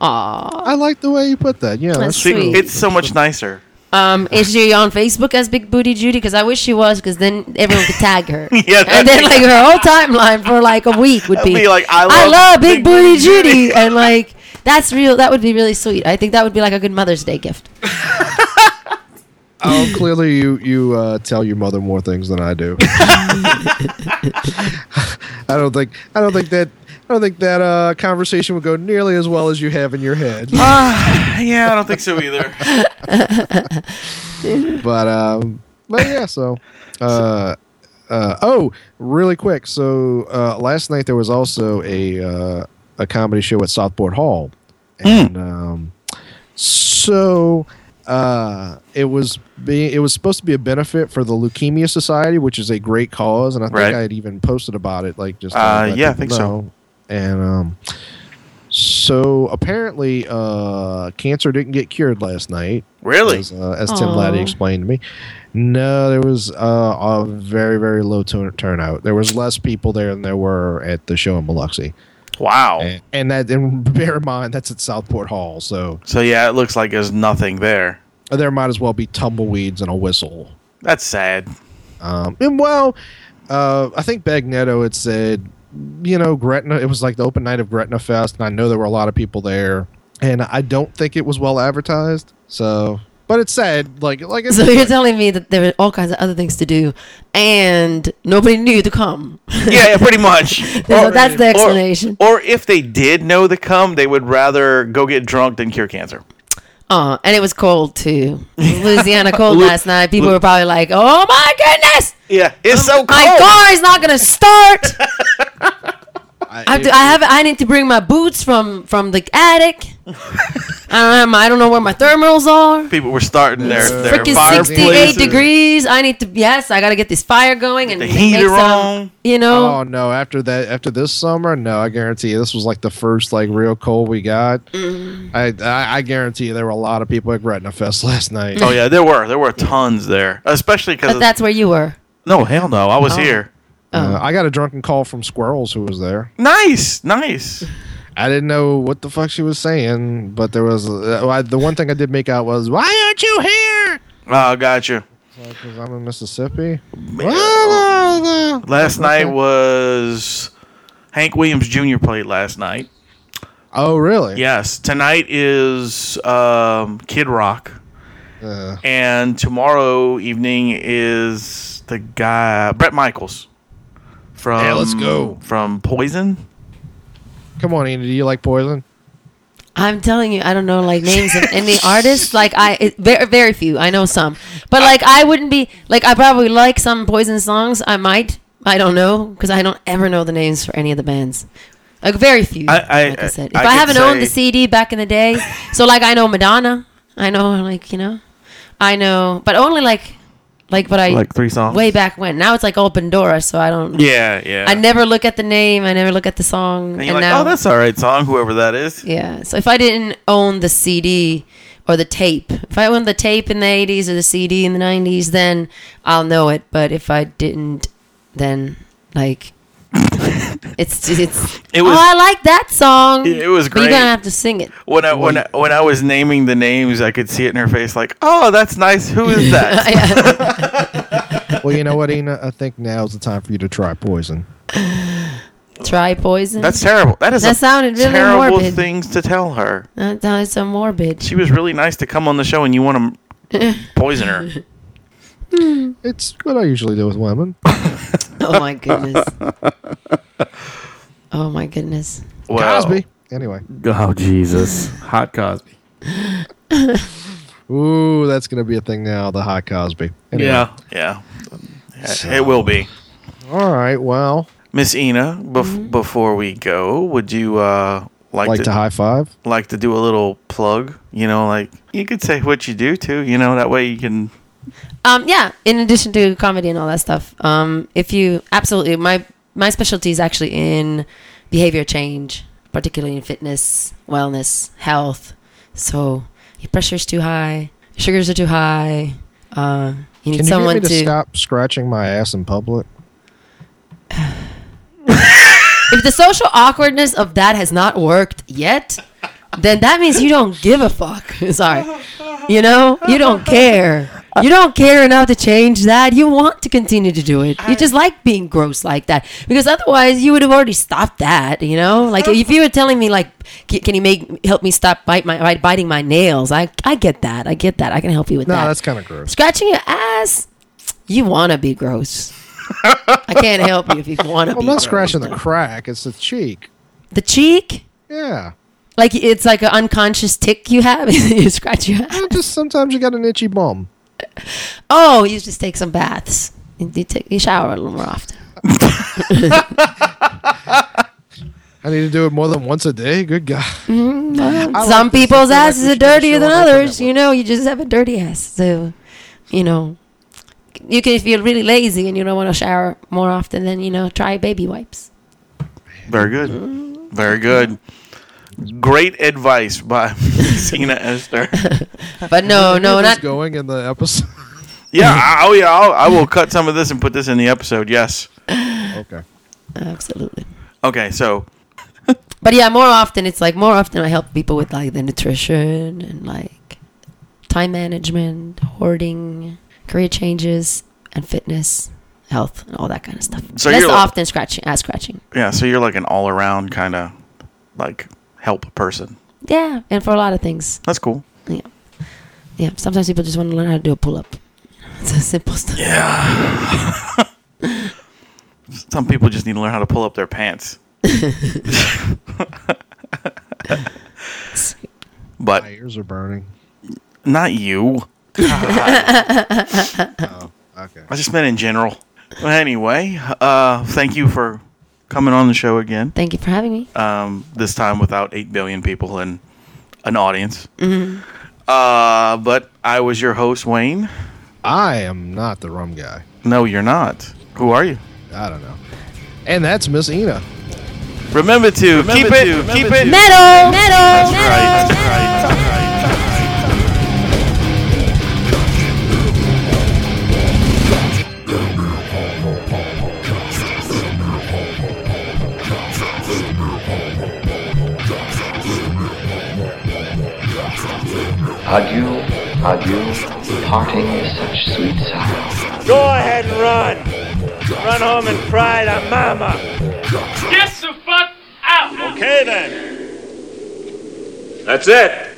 Aw. I like the way you put that. Yeah, That's that's See, Sweet. it's so much nicer. Um, is she on Facebook as Big Booty Judy? Because I wish she was, because then everyone could tag her. Yeah, and then like her whole timeline for like a week would be, Be like, I love Big, Booty Judy, and like that's real. That would be really sweet. I think that would be like a good Mother's Day gift. oh, clearly you you uh, tell your mother more things than I do. I don't think I don't think that I don't think that uh, conversation would go nearly as well as you have in your head. yeah, I don't think so either. but um, but yeah, so. Uh, uh, oh, really quick. So uh, last night there was also a uh, a comedy show at Southport Hall, Hmm. and um, so uh, it was be- it was supposed to be a benefit for the Leukemia Society, which is a great cause, and I think Right. I had even posted about it, like just to Uh, let yeah, I people think so. And um, so apparently, uh, cancer didn't get cured last night. Really? As, uh, as Tim Aw. Laddie explained to me. No, there was uh, a very, very low turn- turnout. There was less people there than there were at the show in Biloxi. Wow. And, and that and bear in mind that's at Southport Hall, so So yeah, it looks like there's nothing there. there might as well be tumbleweeds and a whistle. That's sad. Um, and well, uh, I think Bagnetto had said, you know, Gretna. It was like the open night of Gretna Fest, and I know there were a lot of people there, and I don't think it was well advertised. So, but it's sad. Like, like it's So you're telling me that there were all kinds of other things to do, and nobody knew to come. Yeah, yeah pretty much. So that's the Or- explanation. Or, if they did know to come, they would rather go get drunk than cure cancer. Uh, and it was cold too. Louisiana cold Lu- last night. People Lu- were probably like, "Oh my goodness, Yeah, it's so cold. Oh my car is not gonna start." I, I have, to, I have I need to bring my boots from from the attic. um, I don't know where my thermals are. People were starting their their Freaking fireplaces. 68 degrees. I need to yes, I got to get this fire going and the make heater some, on. You know, Oh no! After that, after this summer, no, I guarantee you, this was like the first like real cold we got. I, I I guarantee you, there were a lot of people at Gretna Fest last night. Oh yeah, there were there were tons there, especially because but Oh. that's where you were. no hell no, I was here. Oh. Uh, I got a drunken call from Squirrels who was there. Nice, nice. I didn't know what the fuck she was saying, but there was uh, I, the one thing I did make out was, "Why aren't you here?" Oh, gotcha. Because I'm in Mississippi. Well, uh, Last night was Hank Williams Jr. played last night. oh, really? Yes, tonight is um, Kid Rock, Uh, and tomorrow evening is the guy Brett Michaels from Yeah, let's go. from Poison. come on, Andy. Do you like poison? I'm telling you, I don't know like names of any artists. Like I, it, very very few. I know some, but like I wouldn't be like I probably like some Poison songs. I might. I don't know because I don't ever know the names for any of the bands. Like very few. I- I- like I said, if I- I, I could haven't owned the say- CD back in the day, so like I know Madonna. I know like you know, I know, but only like like what I Like three songs? way back when. Now it's like all Pandora, so I don't. Yeah, yeah. I never look at the name. I never look at the song. And you're like, oh, that's all right, song, whoever that is. Yeah. So if I didn't own the CD or the tape, if I owned the tape in the 80s or the CD in the 90s, then I'll know it. But if I didn't, then like. it's it's It was- oh I like that song. It- it was But you're great. gonna have to sing it. When I when I, when I was naming the names, I could see it in her face, like, oh, that's nice. Who is that? Well, you know what, Ina? I think now's the time for you to try poison. Try poison. that's terrible. That is That a sounded really terrible morbid. things to tell her. that, that is so morbid. She was really nice to come on the show, and you want to poison her. It's what I usually do with women. Oh my goodness. oh my goodness. Wow. Cosby. Anyway. Oh Jesus, hot Cosby. Ooh, that's gonna be a thing now. The hot Cosby. Anyway. Yeah, yeah. It will be. All right. Well, Miss Ina, bef- Mm-hmm. before we go, would you uh, like, like to, to high five. like to do a little plug? You know, like you could say what you do too. You know, that way you can. um yeah in addition to comedy and all that stuff um if you absolutely my my specialty is actually in behavior change particularly in fitness wellness health so your pressure's too high sugars are too high uh you need Can you someone get me to, to stop scratching my ass in public? if the social awkwardness of that has not worked yet then that means you don't give a fuck sorry you know you don't care you don't care enough to change that you want to continue to do it you just like being gross like that because otherwise you would have already stopped that you know like if you were telling me like "C- can you make help me stop bite my bite- biting my nails i i get that i get that i can help you with No, that that's kind of gross. scratching your ass you want to be gross i can't help you if you want to Well, I'm be not gross. scratching the crack. It's the cheek. the cheek Yeah. Like it's like an unconscious tick you have. you scratch your ass. Well, Just sometimes you got an itchy bum. Oh, you just take some baths. You, you take you shower a little more often. I need to do it more than once a day. Good God. I some like this. I people's feel like asses we are should be dirtier showing than up on others. that You know, you just have a dirty ass. So, you know, you can if you're really lazy and you don't want to shower more often, then you know try baby wipes. Very good. Mm-hmm. Very good. Great advice by Miss Ina Esther. But no, one. Oh, no, Where this not going in the episode. Yeah, I, oh yeah, I'll, I will cut some of this and put this in the episode. Yes. okay. absolutely. Okay, so But yeah, more often it's like more often I help people with like the nutrition and like time management, hoarding, career changes, and fitness, health, and all that kind of stuff. So Less you're like- often scratching, ass scratching. Yeah, so you're like an all around kind of like help person. Yeah, and for a lot of things. That's cool. Yeah, yeah. Sometimes people just want to learn how to do a pull up. It's a simple stuff. Some people just need to learn how to pull up their pants. My but ears are burning. not you. Oh, Okay. I just meant in general. Well, anyway, uh, thank you for coming on the show again. Thank you for having me. Um, this time without eight billion people and an audience. Uh, but I was your host, Wayne. I am not the rum guy. No, you're not. Who are you? I don't know. And that's Miss Ina. Remember to keep it, keep it. Metal, metal, That's right, that's right, that's right. Adieu, adieu, parting is such sweet sorrow. Go ahead and run. Run home and cry to mama. Get the fuck out. Okay then. That's it.